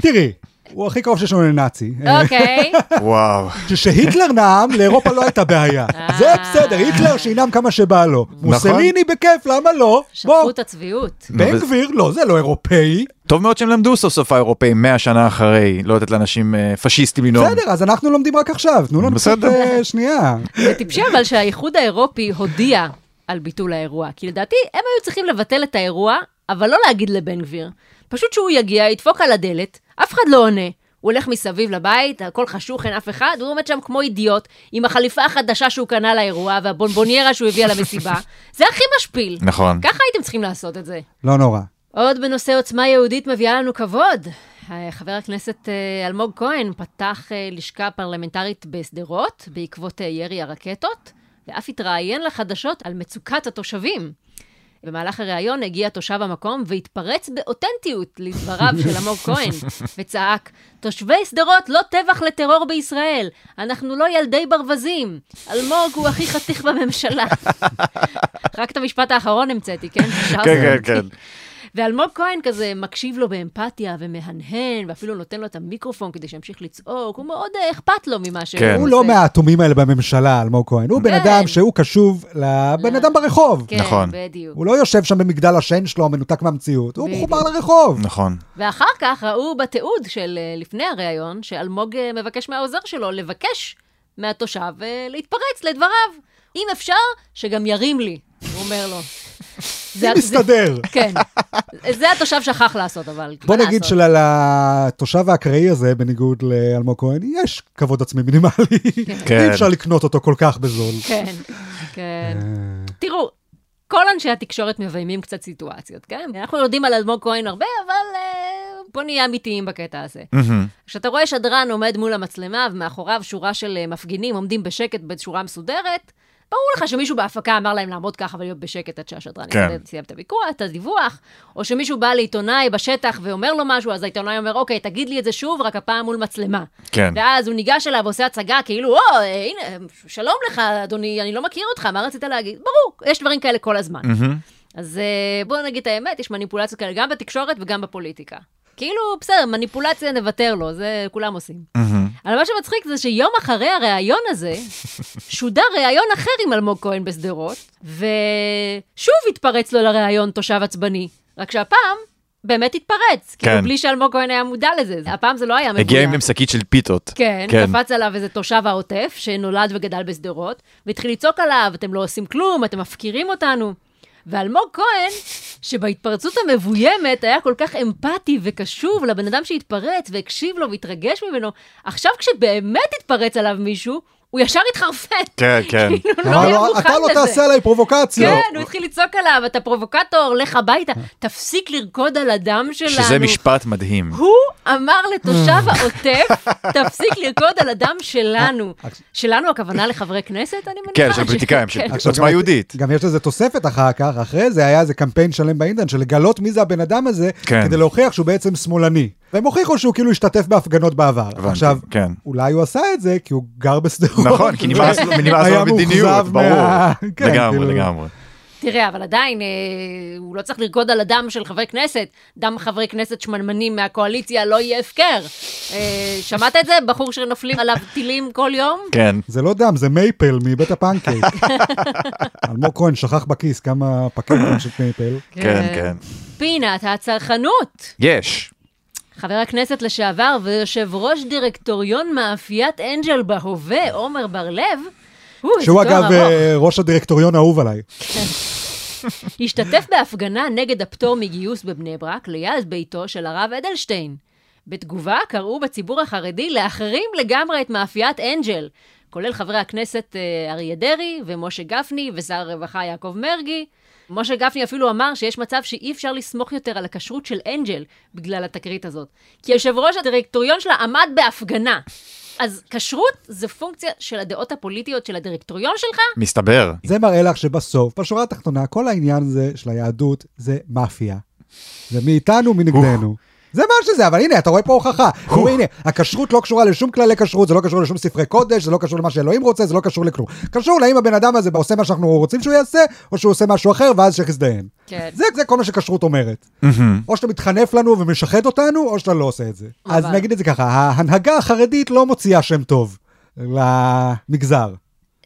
[SPEAKER 1] תראי, הוא הכי קרוב שיש לנו לנאצי.
[SPEAKER 2] אוקיי.
[SPEAKER 3] וואו.
[SPEAKER 1] כשהיטלר נאם, לאירופה לא הייתה בעיה.
[SPEAKER 2] אה.
[SPEAKER 1] זה בסדר, היטלר שינאם כמה שבא לו.
[SPEAKER 3] נכון.
[SPEAKER 1] מוסליני בכיף, למה לא?
[SPEAKER 2] שפכו
[SPEAKER 1] בוא,
[SPEAKER 2] את הצביעות.
[SPEAKER 1] בן
[SPEAKER 3] אבל-
[SPEAKER 1] גביר, לא, זה לא אירופאי.
[SPEAKER 3] טוב מאוד שהם למדו סוף סוף האירופאים 100 שנה אחרי, לא לתת לאנשים אה, פשיסטים לנאום.
[SPEAKER 1] בסדר, אז אנחנו לומדים רק עכשיו, תנו לנו קצת
[SPEAKER 3] בסדר.
[SPEAKER 1] אה, שנייה.
[SPEAKER 2] זה טיפשי אבל שהאיחוד האירופי הודיע על ביטול האירוע, כי לדעתי הם היו צריכים לבטל את האירוע, אבל לא להגיד לבן גביר. פשוט שהוא יגיע, ידפוק על הדלת, אף אחד לא עונה. הוא הולך מסביב לבית, הכל חשוך, אין אף אחד, הוא עומד שם כמו אידיוט, עם החליפה החדשה שהוא קנה לאירוע והבונבוניירה שהוא הביא על המסיבה. זה הכי משפיל.
[SPEAKER 3] נכון.
[SPEAKER 2] ככה הייתם צריכים לעשות את זה.
[SPEAKER 1] לא נורא.
[SPEAKER 2] עוד בנושא עוצמה יהודית מביאה לנו כבוד. אה, חבר הכנסת אה, אלמוג כהן פתח אה, לשכה פרלמנטרית בשדרות בעקבות אה, ירי הרקטות, ואף התראיין לחדשות על מצוקת התושבים. במהלך הריאיון הגיע תושב המקום והתפרץ באותנטיות לדבריו של אלמוג כהן, וצעק, תושבי שדרות לא טבח לטרור בישראל, אנחנו לא ילדי ברווזים, אלמוג הוא הכי חתיך בממשלה. רק את המשפט האחרון המצאתי, כן?
[SPEAKER 3] כן, כן, כן.
[SPEAKER 2] ואלמוג כהן כזה מקשיב לו באמפתיה ומהנהן, ואפילו נותן לו את המיקרופון כדי שימשיך לצעוק, הוא מאוד אה, אכפת לו ממה שהוא
[SPEAKER 3] כן.
[SPEAKER 1] הוא
[SPEAKER 2] עושה.
[SPEAKER 1] לא מהאטומים האלה בממשלה, אלמוג כהן. הוא בן
[SPEAKER 2] כן.
[SPEAKER 1] אדם שהוא קשוב לבן אדם ברחוב.
[SPEAKER 2] כן,
[SPEAKER 3] נכון.
[SPEAKER 2] בדיוק.
[SPEAKER 1] הוא לא יושב שם במגדל השן שלו, מנותק מהמציאות. הוא
[SPEAKER 2] בדיוק.
[SPEAKER 1] מחובר לרחוב.
[SPEAKER 3] נכון.
[SPEAKER 2] ואחר כך ראו בתיעוד של אה, לפני הריאיון, שאלמוג אה, מבקש מהעוזר שלו לבקש מהתושב אה, להתפרץ לדבריו. אם אפשר, שגם ירים לי, הוא אומר לו. זה- זה-
[SPEAKER 1] מסתדר.
[SPEAKER 2] כן. זה התושב שכח לעשות, אבל...
[SPEAKER 1] בוא
[SPEAKER 2] מה
[SPEAKER 1] נגיד
[SPEAKER 2] לעשות?
[SPEAKER 1] שלתושב האקראי הזה, בניגוד לאלמוג כהן, יש כבוד עצמי מינימלי.
[SPEAKER 3] כן.
[SPEAKER 1] אי אפשר לקנות אותו כל כך בזול. אה,
[SPEAKER 2] כן, כן. תראו, כל אנשי התקשורת מביימים קצת סיטואציות, כן? אנחנו יודעים על אלמוג כהן הרבה, אבל אה, בוא נהיה אמיתיים בקטע הזה.
[SPEAKER 3] מהמם.
[SPEAKER 2] כשאתה רואה שדרן עומד מול המצלמה ומאחוריו שורה של אה, מפגינים עומדים בשקט בשורה מסודרת, ברור לך שמישהו בהפקה אמר להם לעמוד ככה ולהיות בשקט עד שהשדרן
[SPEAKER 3] כן.
[SPEAKER 2] יסיים- סיים את הביקור, את הדיווח, או שמישהו בא לעיתונאי בשטח ואומר לו משהו, אז העיתונאי אומר, אוקיי, תגיד לי את זה שוב, רק הפעם מול מצלמה.
[SPEAKER 3] כן.
[SPEAKER 2] ואז הוא ניגש אליו ועושה הצגה, כאילו, או, אה, הנה, שלום לך, אדוני, אני לא מכיר אותך, מה רצית להגיד? ברור, יש דברים כאלה כל הזמן.
[SPEAKER 3] מהמם.
[SPEAKER 2] אז אה, בואו נגיד את האמת, יש מניפולציות כאלה גם בתקשורת וגם בפוליטיקה. כאילו, בסדר, מניפולציה נוותר לו, זה כולם עושים.
[SPEAKER 3] מהמם.
[SPEAKER 2] אבל מה שמצחיק זה שיום אחרי הריאיון הזה, שודר ריאיון אחר עם אלמוג כהן בשדרות, ושוב התפרץ לו לריאיון תושב עצבני. רק שהפעם, באמת התפרץ. כן. כאילו,
[SPEAKER 3] כן.
[SPEAKER 2] בלי שאלמוג כהן היה מודע לזה. הפעם זה לא היה מגויס.
[SPEAKER 3] הגיע עם שקית של פיתות.
[SPEAKER 2] כן,
[SPEAKER 3] כן.
[SPEAKER 2] כן, קפץ עליו איזה תושב העוטף, שנולד וגדל בשדרות, והתחיל לצעוק עליו, אתם לא עושים כלום, אתם מפקירים אותנו. ואלמוג כהן, שבהתפרצות המבוימת היה כל כך אמפתי וקשוב לבן אדם שהתפרץ והקשיב לו והתרגש ממנו, עכשיו כשבאמת התפרץ עליו מישהו, הוא ישר התחרפן.
[SPEAKER 3] כן, כן.
[SPEAKER 2] כאילו, הוא לא
[SPEAKER 1] אמר
[SPEAKER 2] היה
[SPEAKER 1] לו,
[SPEAKER 2] מוכן
[SPEAKER 1] אתה לא
[SPEAKER 2] לזה.
[SPEAKER 1] תעשה עליי פרובוקציות.
[SPEAKER 2] כן, הוא התחיל לצעוק עליו, אתה פרובוקטור, לך הביתה, תפסיק לרקוד על הדם שלנו.
[SPEAKER 3] שזה משפט מדהים.
[SPEAKER 2] הוא אמר לתושב העוטף, תפסיק לרקוד על הדם שלנו. שלנו הכוונה לחברי כנסת, אני מניחה?
[SPEAKER 3] אה, כן, של
[SPEAKER 2] ש-
[SPEAKER 3] פוליטיקאים, של-
[SPEAKER 2] כן.
[SPEAKER 1] עכשיו,
[SPEAKER 3] עוצמה
[SPEAKER 1] גם-
[SPEAKER 3] יהודית.
[SPEAKER 1] גם יש לזה תוספת אחר כך, אחרי זה היה איזה קמפיין שלם באינטרנט של לגלות מי זה הבן אדם הזה,
[SPEAKER 3] כן.
[SPEAKER 1] כדי להוכיח שהוא בעצם שמאלני. והם הוכיחו שהוא כאילו השתתף בהפגנות בעבר.
[SPEAKER 3] הבנתי,
[SPEAKER 1] עכשיו,
[SPEAKER 3] כן.
[SPEAKER 1] אולי הוא עשה את זה כי הוא גר בשדרות.
[SPEAKER 3] נכון, כי נמאס לו נמאס לו
[SPEAKER 1] היה
[SPEAKER 3] מהמדיניות,
[SPEAKER 1] מאוכזב
[SPEAKER 3] ברור.
[SPEAKER 1] מה- כן, כאילו,
[SPEAKER 3] לגמרי, לגמרי.
[SPEAKER 2] תראה, אבל עדיין, אה, הוא לא צריך לרקוד על הדם של חברי כנסת. דם חברי כנסת שמנמנים מהקואליציה לא יהיה הפקר. אה, שמעת את זה? בחור שנופלים עליו טילים כל יום?
[SPEAKER 3] כן.
[SPEAKER 1] זה לא דם, זה מייפל מבית הפנקייק. אלמוג כהן שכח בכיס כמה פקקים של מייפל.
[SPEAKER 3] כן, כן.
[SPEAKER 2] פינת הצרכנות.
[SPEAKER 3] יש.
[SPEAKER 2] חבר הכנסת לשעבר ויושב ראש דירקטוריון מאפיית אנג'ל בהווה, עמר בר-לב, הוא, איזה
[SPEAKER 1] שהוא
[SPEAKER 2] תואר
[SPEAKER 1] אגב
[SPEAKER 2] ארוך.
[SPEAKER 1] אה, ראש הדירקטוריון האהוב עליי.
[SPEAKER 2] השתתף בהפגנה נגד הפטור מגיוס בבני ברק ליד ביתו של הרב אדלשטיין. בתגובה קראו בציבור החרדי להחרים לגמרי את מאפיית אנג'ל, כולל חברי הכנסת אה, אריה דרעי ומשה גפני ושר הרווחה יעקב מרגי. משה גפני אפילו אמר שיש מצב שאי אפשר לסמוך יותר על הכשרות של אנג'ל בגלל התקרית הזאת. כי יושב ראש הדירקטוריון שלה עמד בהפגנה. אז כשרות זה פונקציה של הדעות הפוליטיות של הדירקטוריון שלך?
[SPEAKER 3] מסתבר.
[SPEAKER 1] זה מראה לך שבסוף, בשורה התחתונה, כל העניין הזה של היהדות זה מאפיה. זה מאיתנו, מנגדנו. זה מה שזה, אבל הנה, אתה רואה פה הוכחה. אתה רואה, הנה, הכשרות לא קשורה לשום כללי כשרות, זה לא קשור לשום ספרי קודש, זה לא קשור למה שאלוהים רוצה, זה לא קשור לכלום. קשור לאם הבן אדם הזה עושה מה שאנחנו רוצים שהוא יעשה, או שהוא עושה משהו אחר, ואז שיזדיין.
[SPEAKER 2] כן.
[SPEAKER 1] זה, זה כל מה שכשרות אומרת.
[SPEAKER 3] מהמם.
[SPEAKER 1] או שאתה מתחנף לנו ומשחד אותנו, או שאתה לא עושה את זה. אז
[SPEAKER 2] אבל-
[SPEAKER 1] נגיד את זה ככה, ההנהגה החרדית לא מוציאה שם טוב למגזר.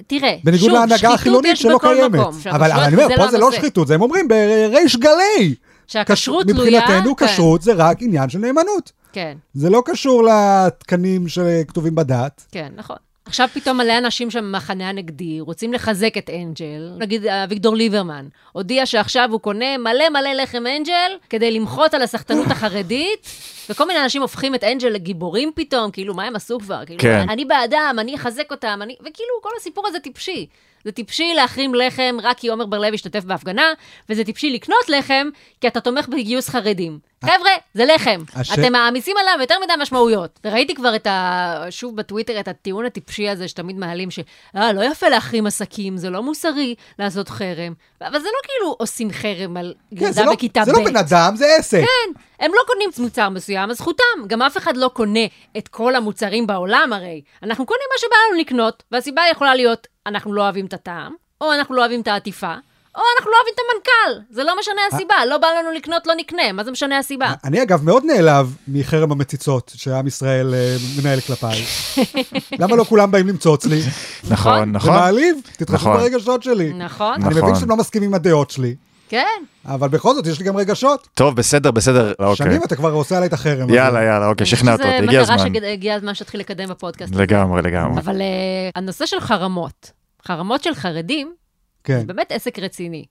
[SPEAKER 2] תראה,
[SPEAKER 1] בניגוד
[SPEAKER 2] שוב,
[SPEAKER 1] להנהגה
[SPEAKER 2] שחיתות
[SPEAKER 1] החילונית
[SPEAKER 2] יש
[SPEAKER 1] שלא
[SPEAKER 2] בכל
[SPEAKER 1] קיימת.
[SPEAKER 2] מקום.
[SPEAKER 1] אבל אבל אני
[SPEAKER 2] שהכשרות
[SPEAKER 1] אומר, פה זה לא
[SPEAKER 2] הנושא.
[SPEAKER 1] שחיתות, זה הם אומרים בריש גלי.
[SPEAKER 2] שהכשרות
[SPEAKER 1] כש-
[SPEAKER 2] תלויה...
[SPEAKER 1] מבחינתנו
[SPEAKER 2] כן,
[SPEAKER 1] כשרות זה רק עניין של נאמנות.
[SPEAKER 2] כן,
[SPEAKER 1] זה לא קשור לתקנים שכתובים בדת.
[SPEAKER 2] כן, נכון. עכשיו פתאום מלא אנשים שם במחנה הנגדי רוצים לחזק את אנג'ל. נגיד אביגדור ליברמן הודיע שעכשיו הוא קונה מלא מלא לחם אנג'ל כדי למחות על הסחטנות החרדית, וכל מיני אנשים הופכים את אנג'ל לגיבורים פתאום, כאילו, מה הם עשו כבר? כאילו,
[SPEAKER 3] כן.
[SPEAKER 2] אני בעדם, אני אחזק אותם, אני... וכאילו, כל הסיפור הזה טיפשי. זה טיפשי להחרים לחם רק כי עמר בר-לב השתתף בהפגנה, וזה טיפשי לקנות לחם כי אתה תומך בגיוס חרדים. חבר'ה, זה לחם.
[SPEAKER 1] הש-
[SPEAKER 2] אתם מעמיסים עליו יותר מדי משמעויות. וראיתי כבר את ה... שוב בטוויטר, את הטיעון הטיפשי הזה שתמיד מעלים, ש... אה, לא יפה להחרים עסקים, זה לא מוסרי לעשות חרם. אבל זה לא כאילו עושים חרם על
[SPEAKER 1] כן,
[SPEAKER 2] ילדה
[SPEAKER 1] זה לא-
[SPEAKER 2] בכיתה ב'.
[SPEAKER 1] זה לא בן אדם, זה עסק.
[SPEAKER 2] הם לא קונים מוצר מסוים, אז זכותם. גם אף אחד לא קונה את כל המוצרים בעולם הרי. אנחנו קונים מה שבא לנו לקנות, והסיבה יכולה להיות, אנחנו לא אוהבים את הטעם, או אנחנו לא אוהבים את העטיפה, או, אנחנו לא אוהבים את המנכ"ל, זה לא משנה
[SPEAKER 1] אה.
[SPEAKER 2] הסיבה, לא בא לנו לקנות, לא נקנה, מה זה משנה הסיבה?
[SPEAKER 1] אני אגב מאוד נעלב מחרם המציצות שעם ישראל אה, מנהל כלפיי. למה לא כולם באים למצוץ לי?
[SPEAKER 3] נכון,
[SPEAKER 1] זה
[SPEAKER 3] נכון.
[SPEAKER 1] מעליב, תתחשבו
[SPEAKER 3] נכון.
[SPEAKER 1] ברגשות שלי.
[SPEAKER 2] נכון,
[SPEAKER 1] אני
[SPEAKER 3] נכון.
[SPEAKER 1] מבין שאתם לא מסכימים עם הדעות שלי,
[SPEAKER 2] כן.
[SPEAKER 1] אבל בכל זאת יש לי גם רגשות.
[SPEAKER 3] טוב, בסדר, בסדר, אוקיי.
[SPEAKER 1] שנים אתה כבר עושה עליי את החרם. הזה.
[SPEAKER 3] יאללה, יאללה, אוקיי, שכנעת
[SPEAKER 2] אני
[SPEAKER 3] אותי,
[SPEAKER 2] חושבת
[SPEAKER 3] הגיע
[SPEAKER 2] שזו
[SPEAKER 3] הזמן. Mm-hmm.
[SPEAKER 2] מטרה שהגיע הזמן שתתחיל לקדם בפודקאסט.
[SPEAKER 3] לגמרי, לגמרי.
[SPEAKER 2] אבל אה, הנושא של חרמות, חרמות של חרדים,
[SPEAKER 1] כן.
[SPEAKER 2] באמת עסק רציני.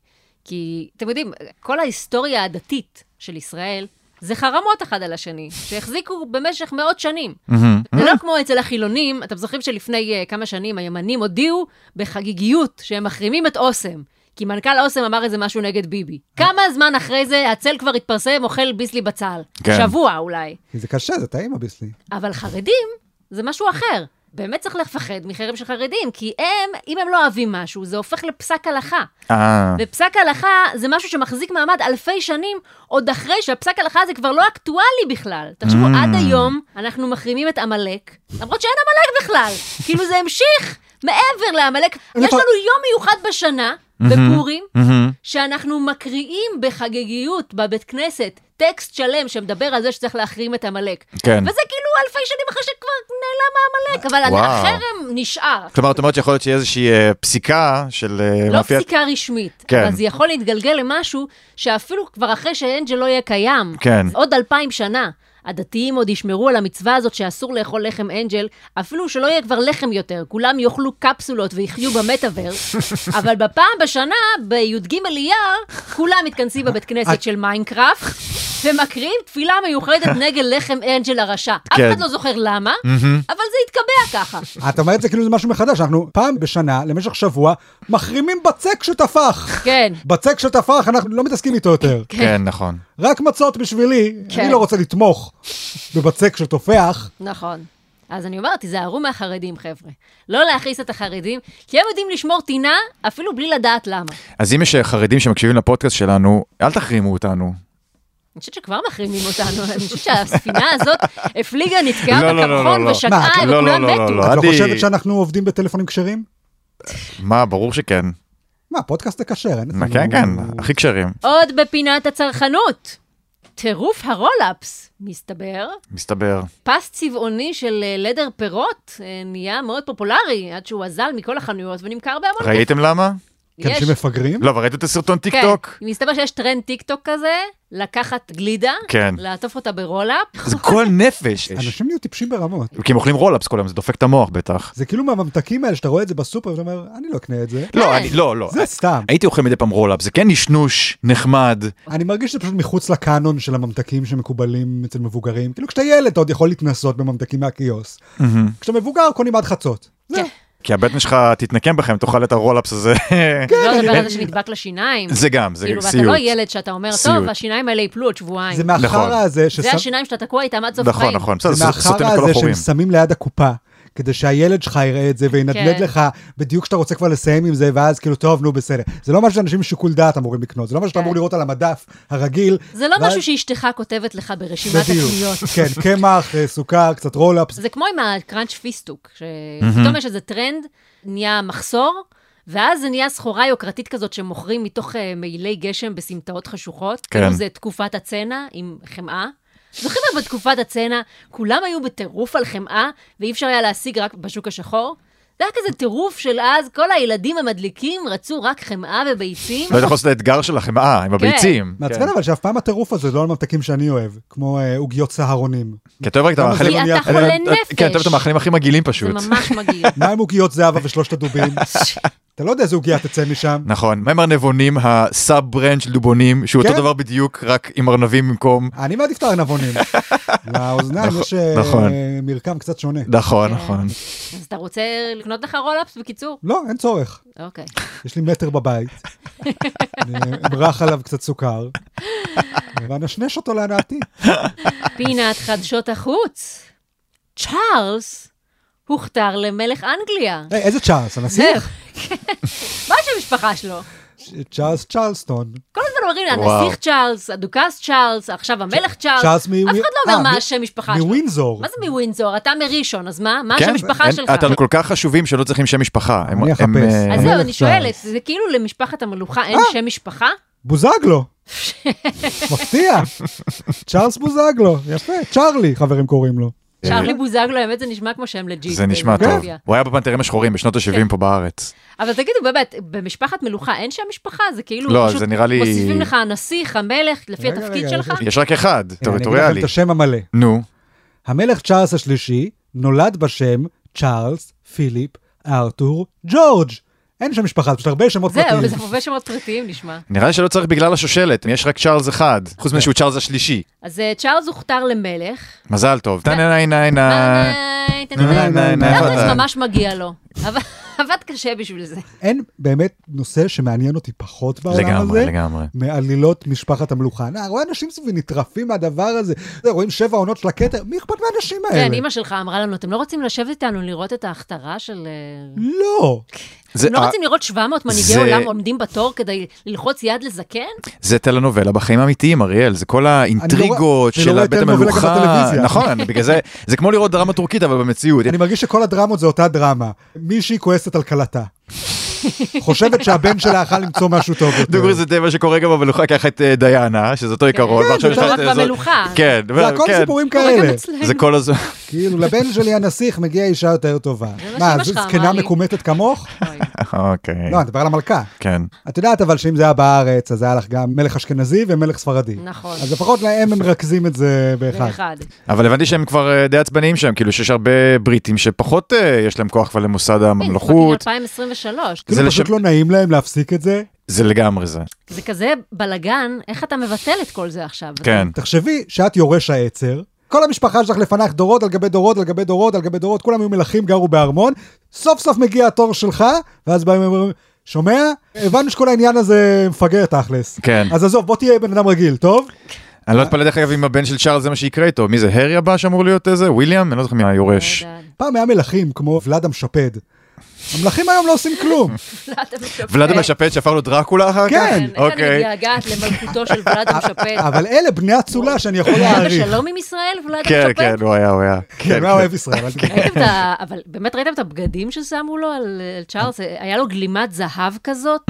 [SPEAKER 2] כי, אתם יודעים, כל ההיסטוריה הדתית של ישראל, זה חרמות אחד על השני, שהחזיקו במשך מאות שנים.
[SPEAKER 3] מהמם.
[SPEAKER 2] זה לא כמו אצל החילונים, אתם זוכרים שלפני אה, כמה שנים הימנים הודיעו בחגיגיות שהם מחרימים את אוסם, כי מנכ"ל אוסם אמר איזה משהו נגד ביבי.
[SPEAKER 3] Mm-hmm.
[SPEAKER 2] כמה זמן אחרי זה הצל כבר התפרסם, אוכל ביסלי בצל.
[SPEAKER 3] כן.
[SPEAKER 2] שבוע אולי.
[SPEAKER 1] כי זה קשה, זה טעים הביסלי.
[SPEAKER 2] אבל חרדים זה משהו אחר. באמת צריך לפחד מחרם של חרדים, כי הם, אם הם לא אוהבים משהו, זה הופך לפסק הלכה.
[SPEAKER 3] אה,
[SPEAKER 2] ופסק הלכה זה משהו שמחזיק מעמד אלפי שנים, עוד אחרי שהפסק הלכה הזה כבר לא אקטואלי בכלל. תחשבו,
[SPEAKER 3] Mm.
[SPEAKER 2] עד היום אנחנו מחרימים את עמלק, למרות שאין עמלק בכלל. כאילו זה המשיך מעבר לעמלק. יש
[SPEAKER 1] לפ-
[SPEAKER 2] לנו יום מיוחד בשנה, בפורים,
[SPEAKER 3] נכון. מהמם.
[SPEAKER 2] שאנחנו מקריאים בחגיגיות בבית כנסת טקסט שלם שמדבר על זה שצריך להחרים את עמלק.
[SPEAKER 3] כן.
[SPEAKER 2] וזה כאילו אלפי שנים אחרי שכבר נעלם העמלק, אבל
[SPEAKER 3] וואו.
[SPEAKER 2] החרם נשאר.
[SPEAKER 3] כלומר, את אומרת שיכול להיות שיהיה איזושהי אה, פסיקה של אה,
[SPEAKER 2] לא
[SPEAKER 3] מאפיית...
[SPEAKER 2] פסיקה רשמית,
[SPEAKER 3] כן.
[SPEAKER 2] אבל זה יכול להתגלגל למשהו שאפילו כבר אחרי שאנג'ל לא יהיה קיים,
[SPEAKER 3] כן.
[SPEAKER 2] עוד אלפיים שנה, הדתיים עוד ישמרו על המצווה הזאת שאסור לאכול לחם אנג'ל, אפילו שלא יהיה כבר לחם יותר, כולם יאכלו קפסולות ויחיו במטאוורס, אבל בפעם בשנה, בי"ג אייר, כולם מתכנסים בבית כנסת של מיינקראפט, ומקריאים תפילה מיוחדת נגד לחם אנג'ל הרשע. אף
[SPEAKER 3] כן.
[SPEAKER 2] אחד לא זוכר למה, אבל זה התקבע ככה.
[SPEAKER 1] את אומרת זה כאילו זה משהו מחדש, אנחנו פעם בשנה, למשך שבוע, מחרימים בצק שטפח.
[SPEAKER 2] כן.
[SPEAKER 1] בצק שטפח, אנחנו לא מתעסקים איתו יותר.
[SPEAKER 3] כן, נכון.
[SPEAKER 1] רק מצות בשבילי,
[SPEAKER 2] כן.
[SPEAKER 1] אני לא רוצה לתמוך בבצק שתופח.
[SPEAKER 2] נכון. אז אני אומרת, תיזהרו מהחרדים, חבר'ה. לא להכעיס את החרדים, כי הם יודעים לשמור טינה אפילו בלי לדעת למה.
[SPEAKER 3] אז אם יש אה, חרדים שמקשיבים לפודקאסט שלנו, אל תחרימו אותנו.
[SPEAKER 2] אני חושבת שכבר מחרימים אותנו, אני חושבת שהספינה הזאת הפליגה, נתקעה
[SPEAKER 3] לא, לא, לא,
[SPEAKER 2] בקרחון
[SPEAKER 3] לא, לא.
[SPEAKER 2] ושקעה,
[SPEAKER 1] מה,
[SPEAKER 3] לא,
[SPEAKER 2] וכולם
[SPEAKER 3] לא, לא,
[SPEAKER 2] מתו.
[SPEAKER 3] לא.
[SPEAKER 1] את לא
[SPEAKER 3] אני-
[SPEAKER 1] חושבת שאנחנו עובדים בטלפונים כשרים?
[SPEAKER 3] מה, ברור שכן.
[SPEAKER 1] מה, פודקאסט זה כשר, אין
[SPEAKER 3] מה,
[SPEAKER 1] אצלנו-
[SPEAKER 3] כן, כן, הכי כשרים.
[SPEAKER 2] עוד בפינת הצרכנות, טירוף הרולאפס, מסתבר.
[SPEAKER 3] מסתבר.
[SPEAKER 2] פס צבעוני של אה, לדר פירות אה, נהיה מאוד פופולרי, עד שהוא אזל מכל החנויות ונמכר בהמון.
[SPEAKER 3] ראיתם למה?
[SPEAKER 1] כי אנשים מפגרים?
[SPEAKER 3] לא, אבל ראיתם את הסרטון טיק טוק?
[SPEAKER 2] כן, מסתבר שיש טרנד טיקטוק כזה, לקחת גלידה,
[SPEAKER 3] כן.
[SPEAKER 2] לעטוף אותה ברולאפ,
[SPEAKER 3] זה גועל נפש.
[SPEAKER 1] אנשים נהיו טיפשים ברמות.
[SPEAKER 3] כי הם אוכלים רולאפס כל היום, זה דופק את המוח בטח.
[SPEAKER 1] זה כאילו מהממתקים האלה שאתה רואה את זה בסופר ואתה אומר, אני לא אקנה את זה.
[SPEAKER 2] כן.
[SPEAKER 3] לא, אני, לא, לא.
[SPEAKER 1] זה סתם.
[SPEAKER 3] הייתי אוכל מדי פעם רולאפס, זה כן נשנוש, נחמד.
[SPEAKER 1] אני מרגיש שזה פשוט מחוץ לקאנון של הממתקים שמקובלים אצל מבוגרים. כאילו כשאתה ילד אתה עוד יכול להתנסות בממתקים מהקיוסק. כשאתה מבוגר קונים עד חצות.
[SPEAKER 2] כן.
[SPEAKER 3] כי הבטן שלך תתנקם בכם, תאכל את הרולאפס הזה.
[SPEAKER 2] לא לדבר על זה שנדבק לשיניים.
[SPEAKER 3] זה גם, זה
[SPEAKER 2] כאילו, ואתה
[SPEAKER 3] סיוט.
[SPEAKER 2] לא ילד שאתה אומר,
[SPEAKER 3] סיוט.
[SPEAKER 2] טוב, השיניים האלה ייפלו עוד שבועיים.
[SPEAKER 1] זה
[SPEAKER 3] נכון.
[SPEAKER 1] מהחרא הזה
[SPEAKER 2] זה
[SPEAKER 1] ששם-
[SPEAKER 2] השיניים שאתה תקוע איתם עד סוף החיים.
[SPEAKER 3] נכון, נכון, בסדר,
[SPEAKER 1] זה
[SPEAKER 3] זה סותם
[SPEAKER 1] מהחרא
[SPEAKER 3] את כל
[SPEAKER 1] הזה
[SPEAKER 3] החורים.
[SPEAKER 1] שהם שמים ליד הקופה. כדי שהילד שלך יראה את זה וינדנד
[SPEAKER 2] כן.
[SPEAKER 1] לך בדיוק כשאתה רוצה כבר לסיים עם זה, ואז כאילו, טוב, נו, בסדר. זה לא משהו שאנשים עם שיקול דעת אמורים לקנות, זה לא משהו שאתה
[SPEAKER 2] כן.
[SPEAKER 1] אמור לראות על המדף הרגיל.
[SPEAKER 2] זה לא
[SPEAKER 1] ואז-
[SPEAKER 2] משהו שאשתך כותבת לך ברשימת
[SPEAKER 1] בדיוק.
[SPEAKER 2] הקניות.
[SPEAKER 1] כן, קמח, אה, סוכר, קצת
[SPEAKER 3] כן.
[SPEAKER 1] רולאפס.
[SPEAKER 2] זה כמו עם הקראנץ' פיסטוק, שפתאום יש איזה טרנד, נהיה מחסור, ואז זה נהיה סחורה יוקרתית כזאת שמוכרים מתוך אה, מעילי גשם בסמטאות חשוכות.
[SPEAKER 3] כן.
[SPEAKER 2] כאילו זה תקופת הצנע עם חמאה. זוכרים אבל בתקופת הצנע, כולם היו בטירוף על חמאה, ואי אפשר היה להשיג רק בשוק השחור? זה היה כזה טירוף של אז, כל הילדים המדליקים רצו רק חמאה וביצים.
[SPEAKER 3] לא יודע לעשות את האתגר של החמאה,
[SPEAKER 2] כן.
[SPEAKER 3] עם הביצים.
[SPEAKER 1] מעצבן אבל שאף פעם הטירוף הזה זה לא על ממתקים שאני אוהב, כמו אה, עוגיות סהרונים.
[SPEAKER 3] כן. כי אתה אוהב רק את
[SPEAKER 1] למה זה
[SPEAKER 3] המאכלים...
[SPEAKER 1] לא
[SPEAKER 2] כי
[SPEAKER 1] נהיה-
[SPEAKER 2] אתה חולה
[SPEAKER 3] כן, אתה אוהב את
[SPEAKER 2] נפש.
[SPEAKER 3] המאכלים הכי מגעילים
[SPEAKER 2] זה
[SPEAKER 3] פשוט.
[SPEAKER 2] ממש מגעיל.
[SPEAKER 1] מה עם עוגיות זהבה ושלושת הדובים? אתה לא יודע איזה עוגיה תצא משם.
[SPEAKER 3] נכון, מה עם ארנבונים, הסאב ברנץ' דובונים, שהוא
[SPEAKER 1] כן.
[SPEAKER 3] אותו דבר בדיוק, רק עם ארנבים במקום...
[SPEAKER 1] אני מעדיף את הארנבונים. לאוזניים
[SPEAKER 3] נכון,
[SPEAKER 1] יש אה,
[SPEAKER 3] נכון.
[SPEAKER 1] מרקם קצת שונה.
[SPEAKER 3] נכון,
[SPEAKER 2] כן.
[SPEAKER 3] נכון.
[SPEAKER 2] אז אתה רוצה לקנות לך רולאפס בקיצור?
[SPEAKER 1] לא, אין צורך.
[SPEAKER 2] אוקיי.
[SPEAKER 1] יש לי מטר בבית. אני אמרח עליו קצת סוכר, ואנשנש אותו להנאתי.
[SPEAKER 2] פינת חדשות החוץ. צ'ארלס הוכתר למלך אנגליה.
[SPEAKER 1] היי, איזה צ'ארלס, הנשיא?
[SPEAKER 2] מה שם המשפחה שלו?
[SPEAKER 1] צ'- צ'ארלס צ'ארלסטון.
[SPEAKER 2] כל הזמן אומרים לי,
[SPEAKER 3] וואו.
[SPEAKER 2] הנסיך צ'ארלס, הדוכס צ'ארלס, עכשיו המלך צ'ארלס.
[SPEAKER 1] צ'ארלס מ...
[SPEAKER 2] אף אחד לא
[SPEAKER 1] אה,
[SPEAKER 2] אומר
[SPEAKER 1] מ-
[SPEAKER 2] מה השם משפחה שלו.
[SPEAKER 1] מווינזור.
[SPEAKER 2] מה זה מווינזור? אתה מראשון, אז מה? מה
[SPEAKER 3] כן,
[SPEAKER 2] השם אה, משפחה
[SPEAKER 3] אין-
[SPEAKER 2] שלך?
[SPEAKER 1] לא-
[SPEAKER 3] אתם כל כך חשובים שלא צריכים שם משפחה. הם-
[SPEAKER 1] אני
[SPEAKER 3] הם,
[SPEAKER 1] אחפש.
[SPEAKER 3] אה,
[SPEAKER 2] אז זהו, אני
[SPEAKER 1] המלך
[SPEAKER 2] שואלת,
[SPEAKER 1] צ'ארלס.
[SPEAKER 2] זה כאילו למשפחת המלוכה אין
[SPEAKER 1] אה.
[SPEAKER 2] שם משפחה?
[SPEAKER 1] בוזגלו. מפתיע. צ'ארלס בוזגלו, יפה. צ'ארלי, חברים קוראים לו.
[SPEAKER 2] צ'ארלי בוזגלו, האמת זה נשמע כמו שם כן, לג'יט.
[SPEAKER 3] זה נשמע טוב.
[SPEAKER 2] בטלוויזיה.
[SPEAKER 3] הוא היה בפנתרים השחורים בשנות
[SPEAKER 2] כן.
[SPEAKER 3] ה-70 פה בארץ.
[SPEAKER 2] אבל תגידו, באמת, במשפחת מלוכה אין שם משפחה? זה כאילו
[SPEAKER 3] לא,
[SPEAKER 2] פשוט
[SPEAKER 3] זה נראה לי-
[SPEAKER 2] מוסיפים לך הנסיך, המלך, לפי
[SPEAKER 1] רגע,
[SPEAKER 2] התפקיד
[SPEAKER 1] רגע,
[SPEAKER 2] שלך?
[SPEAKER 1] רגע.
[SPEAKER 3] יש רק אחד,
[SPEAKER 1] אני אגיד לכם
[SPEAKER 3] טריטוריאלי.
[SPEAKER 1] את השם המלא.
[SPEAKER 3] נו,
[SPEAKER 1] המלך צ'ארלס השלישי נולד בשם צ'ארלס, פיליפ, ארתור, ג'ורג'. אין שם משפחה, זה פשוט הרבה שמות
[SPEAKER 2] זהו,
[SPEAKER 1] פרטיים.
[SPEAKER 2] זה הרבה שמות פרטיים נשמע.
[SPEAKER 3] נראה לי שלא צריך בגלל השושלת, יש רק צ'ארלס אחד,
[SPEAKER 1] כן.
[SPEAKER 3] חוץ מזה שהוא צ'ארלס השלישי.
[SPEAKER 2] אז אה, צ'ארלס הוכתר למלך.
[SPEAKER 3] מזל טוב. טה-נה-נה-נה-נה.
[SPEAKER 2] אה, תן לי-
[SPEAKER 1] נה, נה, נה,
[SPEAKER 2] למה
[SPEAKER 1] אה.
[SPEAKER 2] זה ממש מגיע לו? אבל- עבד קשה בשביל זה.
[SPEAKER 1] אין באמת נושא שמעניין אותי פחות בעולם הזה.
[SPEAKER 3] לגמרי, לגמרי.
[SPEAKER 1] מעלילות משפחת המלוכה. אני רואה אנשים סביבי נטרפים מהדבר הזה. אתה יודע, רואים שבע עונות של הכתר, מי אכפת מהאנשים האלה?
[SPEAKER 2] כן, אימא שלך אמרה לנו, אתם לא רוצים לשבת איתנו לראות את ההכתרה של... אה,
[SPEAKER 1] לא.
[SPEAKER 3] זה-
[SPEAKER 2] אתם
[SPEAKER 3] אה,
[SPEAKER 2] לא רוצים לראות 700 מנהיגי
[SPEAKER 3] זה-
[SPEAKER 2] עולם עומדים בתור כדי ללחוץ יד לזקן?
[SPEAKER 3] זה טלנובלה בחיים האמיתיים, אריאל, זה כל האינטריגות
[SPEAKER 1] אני לא
[SPEAKER 3] של
[SPEAKER 1] רואה
[SPEAKER 3] בית
[SPEAKER 1] טלנובלה גם
[SPEAKER 3] המלוכה.
[SPEAKER 1] בטלוויזיה.
[SPEAKER 3] נכון, בגלל זה, זה כמו לראות דרמה טורקית, אבל במציאות.
[SPEAKER 1] אני מרגיש שכל הדרמות זה אותה דרמה. מישהי כועסת על כלתה. חושבת שהבן שלה יכל למצוא משהו טוב
[SPEAKER 3] דוגרי
[SPEAKER 1] יותר.
[SPEAKER 3] זה טבע שקורה גם במלוכה, קח את אה, דיינה, שזה אותו עיקרון,
[SPEAKER 1] כן, זה
[SPEAKER 3] ועכשיו יש לך
[SPEAKER 1] לא
[SPEAKER 3] את
[SPEAKER 2] רק
[SPEAKER 3] הזאת-
[SPEAKER 2] במלוכה.
[SPEAKER 3] כן,
[SPEAKER 1] זה הכל
[SPEAKER 3] כן.
[SPEAKER 1] סיפורים
[SPEAKER 2] קורה גם
[SPEAKER 1] כאלה.
[SPEAKER 2] אצלנו.
[SPEAKER 3] זה כל הזמן.
[SPEAKER 1] כאילו, לבן שלי הנסיך מגיעה אישה יותר טובה.
[SPEAKER 2] זה מה
[SPEAKER 1] מה,
[SPEAKER 2] שאמא
[SPEAKER 1] זו
[SPEAKER 2] שלך
[SPEAKER 1] זקנה
[SPEAKER 2] אמרה לי.
[SPEAKER 1] מקומטת כמוך?
[SPEAKER 2] אוי.
[SPEAKER 3] אוקיי.
[SPEAKER 1] לא, אני מדבר על המלכה.
[SPEAKER 3] כן.
[SPEAKER 1] את יודעת אבל שאם זה היה בארץ, אז היה לך גם מלך אשכנזי ומלך ספרדי.
[SPEAKER 2] נכון.
[SPEAKER 1] אז לפחות להם הם מרכזים את זה באחד.
[SPEAKER 2] ואחד.
[SPEAKER 3] אבל הבנתי שהם כבר אה, די עצבניים שם, כאילו שיש הרבה בריטים שפחות אה, יש להם כוח כבר למוסד
[SPEAKER 2] כן,
[SPEAKER 3] הממלכות,
[SPEAKER 2] 2023.
[SPEAKER 1] כאילו
[SPEAKER 3] זה
[SPEAKER 1] פשוט
[SPEAKER 3] לשם-
[SPEAKER 1] לא נעים להם להפסיק את זה.
[SPEAKER 3] זה לגמרי זה.
[SPEAKER 2] זה כזה בלגן, איך אתה מבטל את כל זה עכשיו?
[SPEAKER 3] כן.
[SPEAKER 1] תחשבי שאת יורש העצר, כל המשפחה שלך לפנייך דורות על גבי דורות על גבי דורות על גבי דורות, כולם היו מלכים, גרו בארמון, סוף סוף מגיע התור שלך, ואז באים ואומרים, שומע? הבנו שכל העניין הזה מפגר תכלס.
[SPEAKER 3] כן.
[SPEAKER 1] אז עזוב, בוא תהיה בן אדם רגיל, טוב?
[SPEAKER 3] אני
[SPEAKER 1] אה.
[SPEAKER 3] לא אתפלא דרך אגב אם הבן של צ'ארלס זה מה שיקרה איתו. מי זה, הרי הבא שאמור להיות איזה? וויליאם? אני לא זוכר מי היורש.
[SPEAKER 2] לא יודעת.
[SPEAKER 1] פעם היה מלכים כמו ולאד המשפד. המלכים היום לא עושים כלום.
[SPEAKER 2] ולאדם שופט.
[SPEAKER 3] ולאדם השפט שהפך לו דרקולה אחר כך?
[SPEAKER 1] כן.
[SPEAKER 2] כן, איך אני
[SPEAKER 3] אוקיי.
[SPEAKER 2] מתגעגעת למלכותו של ולאדם שפט.
[SPEAKER 1] אבל אלה בני אצולה שאני יכול
[SPEAKER 2] היה
[SPEAKER 1] להעריך.
[SPEAKER 2] בשלום עם ישראל, ולאדם
[SPEAKER 3] כן,
[SPEAKER 2] שופט?
[SPEAKER 3] כן, הוא היה, הוא היה.
[SPEAKER 1] כן, הוא היה אוהב ישראל. אל תדאג.
[SPEAKER 2] ראיתם את ה... אבל באמת ראיתם את הבגדים ששמו לו על על צ'ארלס? היה לו גלימת זהב כזאת,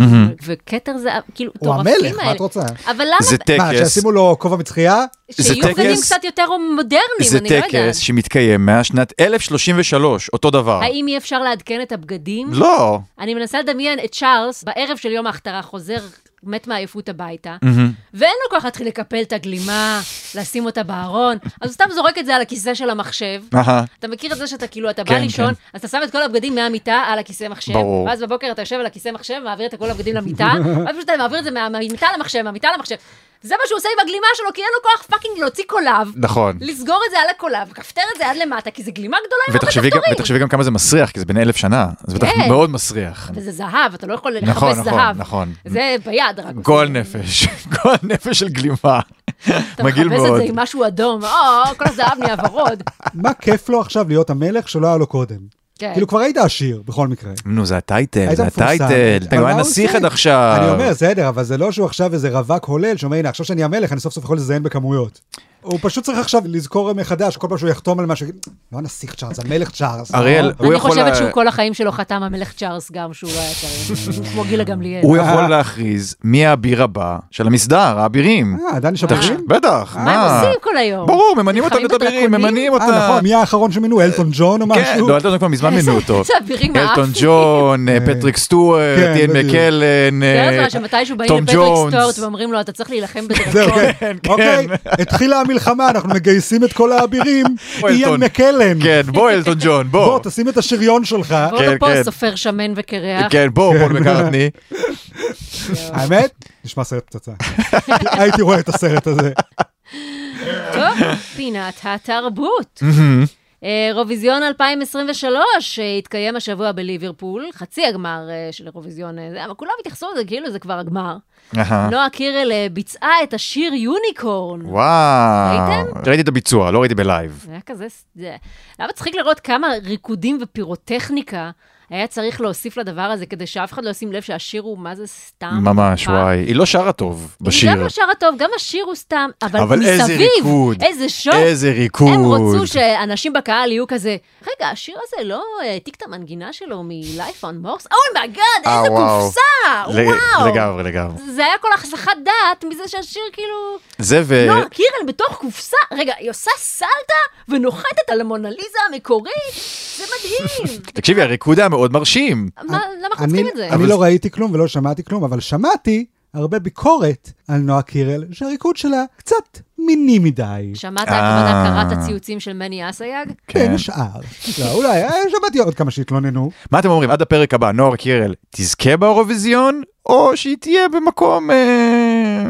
[SPEAKER 2] וכתר זהב, כאילו,
[SPEAKER 1] הוא
[SPEAKER 2] מטורפים האלה.
[SPEAKER 1] המלך, מה את רוצה?
[SPEAKER 2] אבל למה...
[SPEAKER 3] זה
[SPEAKER 1] מה,
[SPEAKER 3] טקס,
[SPEAKER 1] שישימו לו כובע מצחייה?
[SPEAKER 3] זה
[SPEAKER 2] שיהיו בגדים
[SPEAKER 3] טקס-
[SPEAKER 2] קצת יותר מודרניים,
[SPEAKER 3] זה
[SPEAKER 2] אני לא יודעת.
[SPEAKER 3] טקס שמתקיים מהשנת 1033, אותו דבר.
[SPEAKER 2] האם אי אפשר לעדכן את הבגדים?
[SPEAKER 3] לא.
[SPEAKER 2] אני מנסה לדמיין את צ'ארלס בערב של יום ההכתרה חוזר, מת מעייפות הביתה, ואין לו כוח להתחיל לקפל את הגלימה, לשים אותה בארון, אז הוא סתם זורק את זה על הכיסא של המחשב.
[SPEAKER 3] אהה.
[SPEAKER 2] אתה מכיר את זה שאתה כאילו, אתה בא
[SPEAKER 3] כן,
[SPEAKER 2] לישון,
[SPEAKER 3] כן.
[SPEAKER 2] אז אתה שם את כל הבגדים מהמיטה על הכיסא מחשב,
[SPEAKER 3] ברור.
[SPEAKER 2] ואז בבוקר אתה יושב על הכיסא מחשב, מעביר את כל הבגדים למיטה, ואז פשוט אתה מעביר את זה מה- מהמיטה למחשב, מהמיטה למחשב. זה מה שהוא עושה עם הגלימה שלו, כי אין לו כוח פאקינג להוציא קולב,
[SPEAKER 3] נכון.
[SPEAKER 2] לסגור את זה על הקולב, כפתר את זה עד למטה, כי זה גלימה גדולה עם הרבה
[SPEAKER 3] ותחשבי גם-
[SPEAKER 2] כפתורים.
[SPEAKER 3] ותחשבי גם כמה זה מסריח, כי זה בן אלף שנה. זה בטח
[SPEAKER 2] כן.
[SPEAKER 3] מאוד מסריח.
[SPEAKER 2] וזה זהב, אתה לא יכול לחפש
[SPEAKER 3] נכון, נכון,
[SPEAKER 2] זהב.
[SPEAKER 3] נכון.
[SPEAKER 2] זה ביד רק.
[SPEAKER 3] גועל נפש, גועל נפש של גלימה. מגעיל
[SPEAKER 2] אתה מחפש
[SPEAKER 3] מאוד.
[SPEAKER 2] את זה עם משהו אדום, או, כל הזהב נהיה ורוד.
[SPEAKER 1] מה כיף לו עכשיו להיות המלך שלא היה לו קודם?
[SPEAKER 2] כן.
[SPEAKER 1] כאילו כבר היית עשיר בכל מקרה.
[SPEAKER 3] נו, זה הטייטל,
[SPEAKER 1] היית
[SPEAKER 3] זה
[SPEAKER 1] מפורסם.
[SPEAKER 3] הטייטל. כן, אתה
[SPEAKER 1] אבל
[SPEAKER 3] גם
[SPEAKER 1] מה
[SPEAKER 3] היה
[SPEAKER 1] הוא
[SPEAKER 3] נסיך
[SPEAKER 1] עושה?
[SPEAKER 3] עד עכשיו.
[SPEAKER 1] אני אומר, בסדר, אבל זה לא שהוא עכשיו איזה רווק הולל, שאומר, הנה, עכשיו שאני המלך, אני סוף סוף יכול לזיין בכמויות. הוא פשוט צריך עכשיו לזכור מחדש, כל פעם שהוא יחתום על משהו, יגיד, לא הנסיך צ'ארלס, המלך צ'ארלס.
[SPEAKER 3] אריאל,
[SPEAKER 1] אה,
[SPEAKER 3] הוא
[SPEAKER 2] אני
[SPEAKER 3] יכול
[SPEAKER 2] חושבת
[SPEAKER 3] לה-
[SPEAKER 2] שהוא כל החיים שלו חתם המלך צ'ארלס גם, שהוא לא היה צריך, הוא כמו גילה גמליאל.
[SPEAKER 3] הוא יכול להכריז מי האביר הבא של המסדר, האבירים.
[SPEAKER 1] אה, דני שפירים?
[SPEAKER 3] בטח,
[SPEAKER 2] מה הם עושים כל היום?
[SPEAKER 3] אה, ברור, ממנים אותם
[SPEAKER 2] נלחמים
[SPEAKER 3] להיות אבירים,
[SPEAKER 2] בדרקונים?
[SPEAKER 3] ממנים
[SPEAKER 1] אה,
[SPEAKER 3] אותם.
[SPEAKER 1] נכון, מי האחרון שמינו? אלטון ג'ון או
[SPEAKER 3] כן,
[SPEAKER 1] משהו?
[SPEAKER 3] לא, אלטון ג'ון כבר מזמן מינו אותו.
[SPEAKER 2] זה אבירים
[SPEAKER 3] אלטון
[SPEAKER 2] האפים.
[SPEAKER 3] ג'ון, אה, פטריק סטוארט,
[SPEAKER 1] כן,
[SPEAKER 3] איין
[SPEAKER 1] בדיוק.
[SPEAKER 3] מקלן,
[SPEAKER 2] זה הזמן
[SPEAKER 3] אה,
[SPEAKER 2] שמתישהו באים
[SPEAKER 3] טום
[SPEAKER 2] לפטריק
[SPEAKER 3] ג'ונס.
[SPEAKER 2] סטוארט ואומרים לו, אתה צריך להילחם
[SPEAKER 1] זהו,
[SPEAKER 2] בדרקון.
[SPEAKER 1] כן. אוקיי, התחילה המלחמה, אנחנו מגייסים את כל האבירים.
[SPEAKER 3] בוא,
[SPEAKER 1] איין
[SPEAKER 3] אלטון.
[SPEAKER 1] מקלן.
[SPEAKER 3] כן, בוא אלטון ג'ון, בוא.
[SPEAKER 1] בוא, תשים את השריון שלך.
[SPEAKER 2] בואו
[SPEAKER 3] כן,
[SPEAKER 2] לפה,
[SPEAKER 3] כן.
[SPEAKER 2] סופר שמן וקרח.
[SPEAKER 3] כן, בוא, פול מקארטני.
[SPEAKER 1] כן. האמת? נשמע סרט פצצה. הייתי רואה את הסרט הזה.
[SPEAKER 2] טוב, פינת התרבות. אה, אירוויזיון 2023 אה, התקיים השבוע בליברפול, חצי הגמר אה, של אירוויזיון, אה, זה, אבל כולם התייחסו לזה כאילו זה כבר הגמר.
[SPEAKER 3] אהה.
[SPEAKER 2] נועה קירל אה, ביצעה את השיר יוניקורן.
[SPEAKER 3] וואו.
[SPEAKER 2] ראיתם?
[SPEAKER 3] ראיתי את הביצוע, לא ראיתי בלייב.
[SPEAKER 2] זה היה כזה, ס- זה- למה צחיק לראות כמה ריקודים ופירוטכניקה היה צריך להוסיף לדבר הזה כדי שאף אחד לא ישים לב שהשיר הוא מה זה סתם.
[SPEAKER 3] ממש,
[SPEAKER 2] פעם.
[SPEAKER 3] וואי. היא לא שרה טוב בשיר.
[SPEAKER 2] אה, היא גם לא שרה טוב, גם השיר הוא סתם, אבל,
[SPEAKER 3] אבל
[SPEAKER 2] מסביב,
[SPEAKER 3] איזה ריקוד.
[SPEAKER 2] איזה שוק.
[SPEAKER 3] איזה ריקוד.
[SPEAKER 2] הם רצו שאנשים בקהל יהיו כזה, רגע, השיר הזה לא העתיק את המנגינה שלו מ-Life on Morse? אוי מגאד,
[SPEAKER 3] אה,
[SPEAKER 2] איזה
[SPEAKER 3] וואו.
[SPEAKER 2] קופסה!
[SPEAKER 3] ל-
[SPEAKER 2] וואו!
[SPEAKER 3] לגמרי, לגמרי.
[SPEAKER 2] זה היה כל הסחת דעת מזה שהשיר כאילו...
[SPEAKER 3] זה ו...
[SPEAKER 2] נועה קירל בתוך קופסה, רגע, היא עושה סלטה ונוחתת על המונליזה המקורית? זה מדהים.
[SPEAKER 3] תקשיבי, הריקוד היה מאוד מרשים.
[SPEAKER 2] מה, למה אנחנו
[SPEAKER 1] אני,
[SPEAKER 2] צריכים את זה?
[SPEAKER 1] אני
[SPEAKER 3] אבל-
[SPEAKER 1] לא ראיתי כלום ולא שמעתי כלום, אבל שמעתי הרבה ביקורת על נועה קירל, שהריקוד שלה קצת מיני מדי.
[SPEAKER 2] שמעת
[SPEAKER 3] אה.
[SPEAKER 2] הכוונה קראת הציוצים של מני אסייג?
[SPEAKER 3] כן.
[SPEAKER 1] בין השאר. לא, אולי, אה, שמעתי עוד כמה שהתלוננו.
[SPEAKER 3] מה אתם אומרים, עד הפרק הבא, נועה קירל תזכה באירוויזיון, או שהיא תהיה במקום... אה,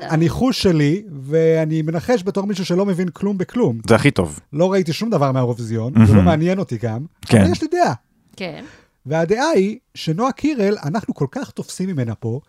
[SPEAKER 1] הניחוש שלי, ואני מנחש בתור מישהו שלא מבין כלום בכלום,
[SPEAKER 3] זה הכי טוב.
[SPEAKER 1] לא ראיתי שום דבר מהאירוויזיון, זה לא מעניין אותי גם,
[SPEAKER 3] כן.
[SPEAKER 1] אבל יש לי דעה.
[SPEAKER 2] כן.
[SPEAKER 1] והדעה היא שנועה קירל, אנחנו כל כך תופסים ממנה פה,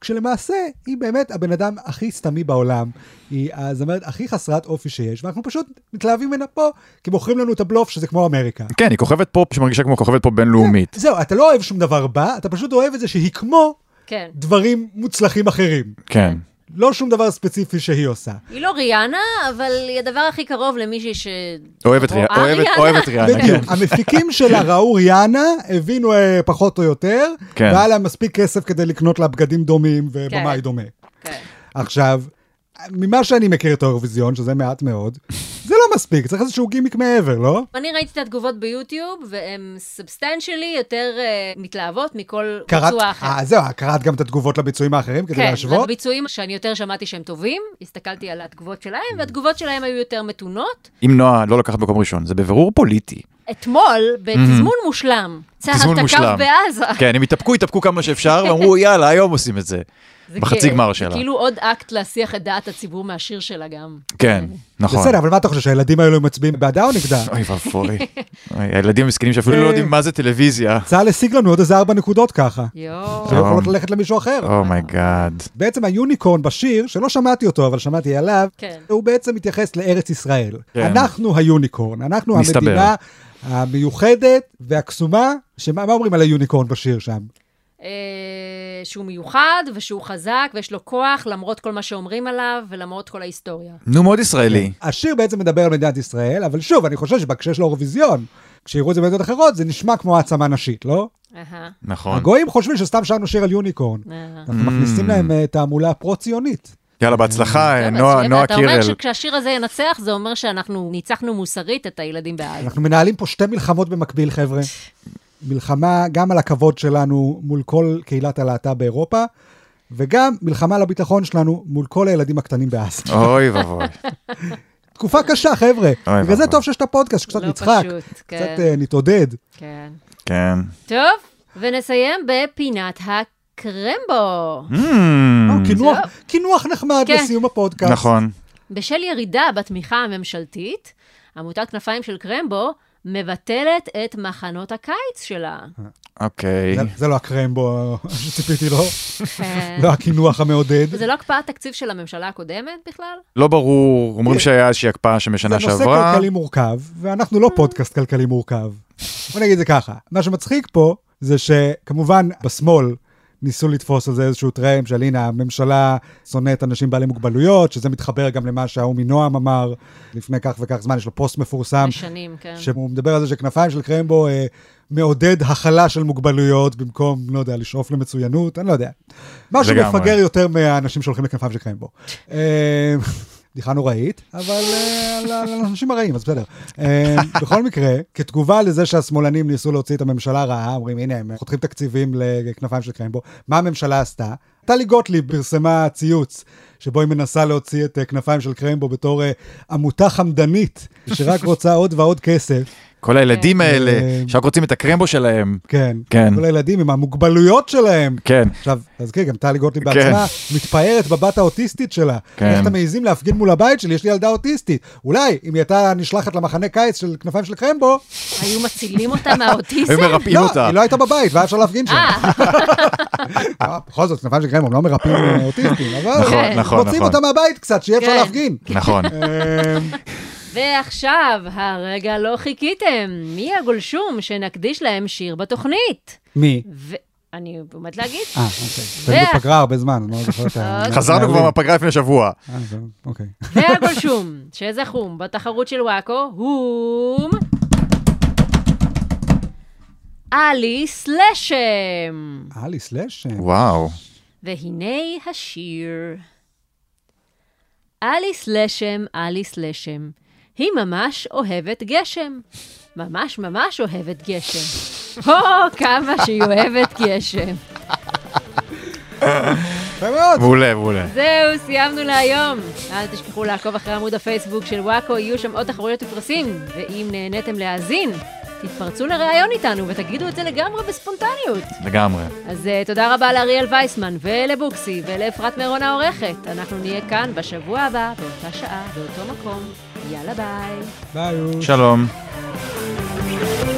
[SPEAKER 1] כשלמעשה היא באמת הבן אדם הכי סתמי בעולם. היא הזמרת הכי חסרת אופי שיש, ואנחנו פשוט מתלהבים ממנה פה, כי מוכרים לנו את הבלוף שזה כמו אמריקה.
[SPEAKER 3] כן, היא כוכבת פופ שמרגישה כמו כוכבת פופ בינלאומית.
[SPEAKER 1] זהו, אתה לא אוהב שום דבר בה, אתה פשוט אוהב את זה שהיא כמו
[SPEAKER 2] כן.
[SPEAKER 1] דברים מוצלחים אחרים.
[SPEAKER 3] כן.
[SPEAKER 1] לא שום דבר ספציפי שהיא עושה.
[SPEAKER 2] היא לא ריאנה, אבל היא הדבר הכי קרוב למישהי ש...
[SPEAKER 3] אוהבת ריא-
[SPEAKER 2] רואה
[SPEAKER 3] אוהבת- אוהבת ריאנה, כן.
[SPEAKER 1] בדיוק, המפיקים שלה ראו ריאנה, הבינו אה, פחות או יותר,
[SPEAKER 3] כן.
[SPEAKER 1] והיה להם מספיק כסף כדי לקנות לה בגדים דומים ובמאי
[SPEAKER 2] כן.
[SPEAKER 1] דומה.
[SPEAKER 2] כן.
[SPEAKER 1] עכשיו, ממה שאני מכיר את האירוויזיון, שזה מעט מאוד, זה לא מספיק, צריך איזשהו גימיק מעבר, לא?
[SPEAKER 2] אני ראיתי את התגובות ביוטיוב, והן סובסטנציאלי יותר אה, מתלהבות מכל
[SPEAKER 1] קראת,
[SPEAKER 2] ביצוע אחר.
[SPEAKER 1] אה, זהו, קראת גם את התגובות לביצועים האחרים כדי
[SPEAKER 2] כן,
[SPEAKER 1] להשוות?
[SPEAKER 2] הביצועים שאני יותר שמעתי שהם טובים, הסתכלתי על התגובות שלהם, והתגובות שלהם היו יותר מתונות.
[SPEAKER 3] אם נועה לא לקחת מקום ראשון, זה בבירור פוליטי.
[SPEAKER 2] אתמול, בתזמון מושלם, צה"ל
[SPEAKER 3] תזמון
[SPEAKER 2] תקף
[SPEAKER 3] מושלם.
[SPEAKER 2] בעזה.
[SPEAKER 3] כן, הם התאפקו, התאפקו כמה שאפשר, ואמרו, יאללה, היום עושים את זה.
[SPEAKER 2] זה
[SPEAKER 3] בחצי
[SPEAKER 2] כ-
[SPEAKER 3] גמר
[SPEAKER 2] זה
[SPEAKER 3] שלה.
[SPEAKER 2] כאילו עוד אקט להסיח את דעת הציבור מהשיר שלה גם.
[SPEAKER 3] כן, נכון.
[SPEAKER 1] בסדר, אבל מה אתה חושב, שהילדים האלו מצביעים בעדה או נגדה?
[SPEAKER 3] אוי ואבוי. אוי, הילדים המסכנים שאפילו
[SPEAKER 1] כן.
[SPEAKER 3] לא יודעים מה זה טלוויזיה.
[SPEAKER 1] צה"ל השיג לנו עוד איזה ארבע נקודות ככה.
[SPEAKER 3] אה,
[SPEAKER 2] יואו.
[SPEAKER 1] שלא יכולות ללכת למישהו אחר.
[SPEAKER 3] Oh אומייגאד.
[SPEAKER 1] בעצם היוניקורן בשיר, שלא שמעתי אותו, אבל שמעתי עליו,
[SPEAKER 2] כן.
[SPEAKER 1] הוא בעצם מתייחס לארץ ישראל.
[SPEAKER 3] כן.
[SPEAKER 1] אנחנו היוניקורן, אנחנו
[SPEAKER 3] מסתבר.
[SPEAKER 1] המדינה המיוחדת והקסומה, שמה מה אומרים על היוניקורן בשיר שם?
[SPEAKER 2] אה, שהוא מיוחד, ושהוא חזק, ויש לו כוח, למרות כל מה שאומרים עליו, ולמרות כל ההיסטוריה.
[SPEAKER 3] נו, מאוד ישראלי.
[SPEAKER 1] השיר בעצם מדבר על מדינת ישראל, אבל שוב, אני חושב שבהקשר של האירוויזיון, כשיראו את זה במדינות אחרות, זה נשמע כמו העצמה נשית, לא?
[SPEAKER 2] אהה.
[SPEAKER 3] נכון. Mm.
[SPEAKER 1] הגויים חושבים שסתם שרנו שיר על יוניקורן.
[SPEAKER 2] אה.
[SPEAKER 1] אנחנו מכניסים להם אה, תעמולה פרו-ציונית.
[SPEAKER 3] יאללה, בהצלחה, אה,
[SPEAKER 2] טוב, אז
[SPEAKER 3] נועה
[SPEAKER 2] באמת,
[SPEAKER 3] נועה
[SPEAKER 2] לא, אתה אומר
[SPEAKER 3] קירל.
[SPEAKER 2] שכשהשיר הזה ינצח, זה אומר שאנחנו ניצחנו מוסרית את הילדים בעזה.
[SPEAKER 1] אנחנו מנהלים פה שתי מלחמות במקביל, חבר'ה. מלחמה גם על הכבוד שלנו מול כל קהילת הלהט"ב באירופה, וגם מלחמה על הביטחון שלנו מול כל הילדים הקטנים בעזה.
[SPEAKER 3] אוי ואבוי.
[SPEAKER 1] תקופה קשה, חבר'ה. בגלל זה
[SPEAKER 3] ואבוי.
[SPEAKER 1] טוב שיש את הפודקאסט, שקצת
[SPEAKER 2] לא
[SPEAKER 1] נצחק,
[SPEAKER 2] פשוט,
[SPEAKER 1] קצת
[SPEAKER 2] כן.
[SPEAKER 1] אה, נתעודד.
[SPEAKER 3] Mm.
[SPEAKER 2] כן.
[SPEAKER 3] כן.
[SPEAKER 2] טוב, ונסיים בפינת הקרמבו.
[SPEAKER 3] Hmm,
[SPEAKER 1] אה,
[SPEAKER 3] Mm,
[SPEAKER 1] קינוח- קינוח נחמד
[SPEAKER 2] כן.
[SPEAKER 1] לסיום הפודקאסט.
[SPEAKER 3] נכון.
[SPEAKER 2] בשל ירידה בתמיכה הממשלתית, עמותת כנפיים של קרמבו מבטלת את מחנות הקיץ שלה.
[SPEAKER 3] אוקיי.
[SPEAKER 1] זה- זה לא הקרמבו שציפיתי לו,
[SPEAKER 2] כן.
[SPEAKER 1] לא הקינוח המעודד.
[SPEAKER 2] וזה לא הקפאת תקציב של הממשלה הקודמת בכלל?
[SPEAKER 3] לא ברור, אומרים שהיה איזושהי הקפאה
[SPEAKER 1] כן. זה
[SPEAKER 3] שמשנה
[SPEAKER 1] נושא
[SPEAKER 3] שעברה.
[SPEAKER 1] כלכלי מורכב, ואנחנו לא פודקאסט כלכלי מורכב. בוא נגיד זה ככה, מה שמצחיק פה זה שכמובן בשמאל ניסו לתפוס על זה איזשהו טרם של הנה הממשלה שונאת אנשים בעלי מוגבלויות, שזה מתחבר גם למה שההוא מנועם אמר לפני כך וכך זמן, יש לו פוסט מפורסם,
[SPEAKER 2] משנים, כן.
[SPEAKER 1] שהוא מדבר על זה שכנפיים של קרמבו אה, מעודד הכלה של מוגבלויות במקום, לא יודע, לשאוף למצוינות, אני לא יודע. משהו
[SPEAKER 3] לגמרי.
[SPEAKER 1] מפגר יותר מהאנשים שהולכים לכנפיים של קרמבו. אה, בדיחה נוראית, אבל אה, על על האנשים הרעים, אז בסדר. אה, בכל מקרה, כתגובה לזה שהשמאלנים ניסו להוציא את הממשלה רעה, אומרים, הנה, הם חותכים תקציבים לכנפיים של קרמבו, מה הממשלה עשתה? טלי גוטליב פרסמה ציוץ שבו היא מנסה להוציא את אה, כנפיים של קרמבו בתור אה, עמותה חמדנית שרק רוצה עוד ועוד כסף.
[SPEAKER 3] כל הילדים האלה,
[SPEAKER 1] אה,
[SPEAKER 3] שרק רוצים את הקרמבו שלהם.
[SPEAKER 1] כן.
[SPEAKER 3] כן.
[SPEAKER 1] כל הילדים עם המוגבלויות שלהם.
[SPEAKER 3] כן.
[SPEAKER 1] עכשיו, תזכיר, גם טלי גוטליב
[SPEAKER 3] כן.
[SPEAKER 1] בעצמה מתפארת בבת האוטיסטית שלה.
[SPEAKER 3] כן.
[SPEAKER 1] איך אתם מעיזים להפגין מול הבית שלי? יש לי ילדה אוטיסטית. אולי, אם היא הייתה נשלחת למחנה קיץ של כנפיים של קרמבו,
[SPEAKER 2] היו מצילים אותה מהאוטיזם?
[SPEAKER 3] היו מרפאים
[SPEAKER 1] לא,
[SPEAKER 3] אותה.
[SPEAKER 1] היא לא הייתה בבית, והיה אפשר להפגין שם.
[SPEAKER 2] אה,
[SPEAKER 1] אה, בכל זאת, כנפיים של קרמבו, הם לא מרפאים אה, אוטיסטים, אבל
[SPEAKER 3] נכון,
[SPEAKER 2] כן.
[SPEAKER 3] נכון,
[SPEAKER 1] מוצאים
[SPEAKER 3] נכון.
[SPEAKER 1] אותה מהבית קצת, שיהיה אפשר
[SPEAKER 2] כן.
[SPEAKER 1] להפגין.
[SPEAKER 3] נכון.
[SPEAKER 1] אמ,
[SPEAKER 2] ועכשיו, הרגע לא חיכיתם. מי הגולשום שנקדיש להם שיר בתוכנית?
[SPEAKER 1] מי?
[SPEAKER 2] ואני באמת להגיד,
[SPEAKER 1] אה, אוקיי. היינו
[SPEAKER 2] ואח-
[SPEAKER 1] בפגרה הרבה זמן, אני לא זוכר את ה...
[SPEAKER 3] חזרנו כבר מהפגרה לפני שבוע.
[SPEAKER 1] אה, זה- אוקיי.
[SPEAKER 2] והגולשום שזכום בתחרות של וואקו הוא... עלי סלשם.
[SPEAKER 1] עלי סלאש?
[SPEAKER 3] וואו.
[SPEAKER 2] והנה השיר. אליס לשם, אליס לשם, היא ממש אוהבת גשם. ממש ממש אוהבת גשם. הו, כמה שהיא אוהבת גשם.
[SPEAKER 1] יפה מאוד.
[SPEAKER 3] מעולה, מעולה.
[SPEAKER 2] זהו, סיימנו להיום. אל תשכחו לעקוב אחרי עמוד הפייסבוק של וואקו, יהיו שם עוד תחרויות ופרסים. ואם נהניתם להאזין, תתפרצו לראיון איתנו ותגידו את זה לגמרי בספונטניות.
[SPEAKER 3] לגמרי.
[SPEAKER 2] אז uh, תודה רבה לאריאל וייסמן ולבוקסי ולאפרת מירון העורכת. אנחנו נהיה כאן בשבוע הבא, באותה שעה, באותו מקום. יאללה ביי.
[SPEAKER 1] ביי. אוש.
[SPEAKER 3] שלום.
[SPEAKER 4] Thank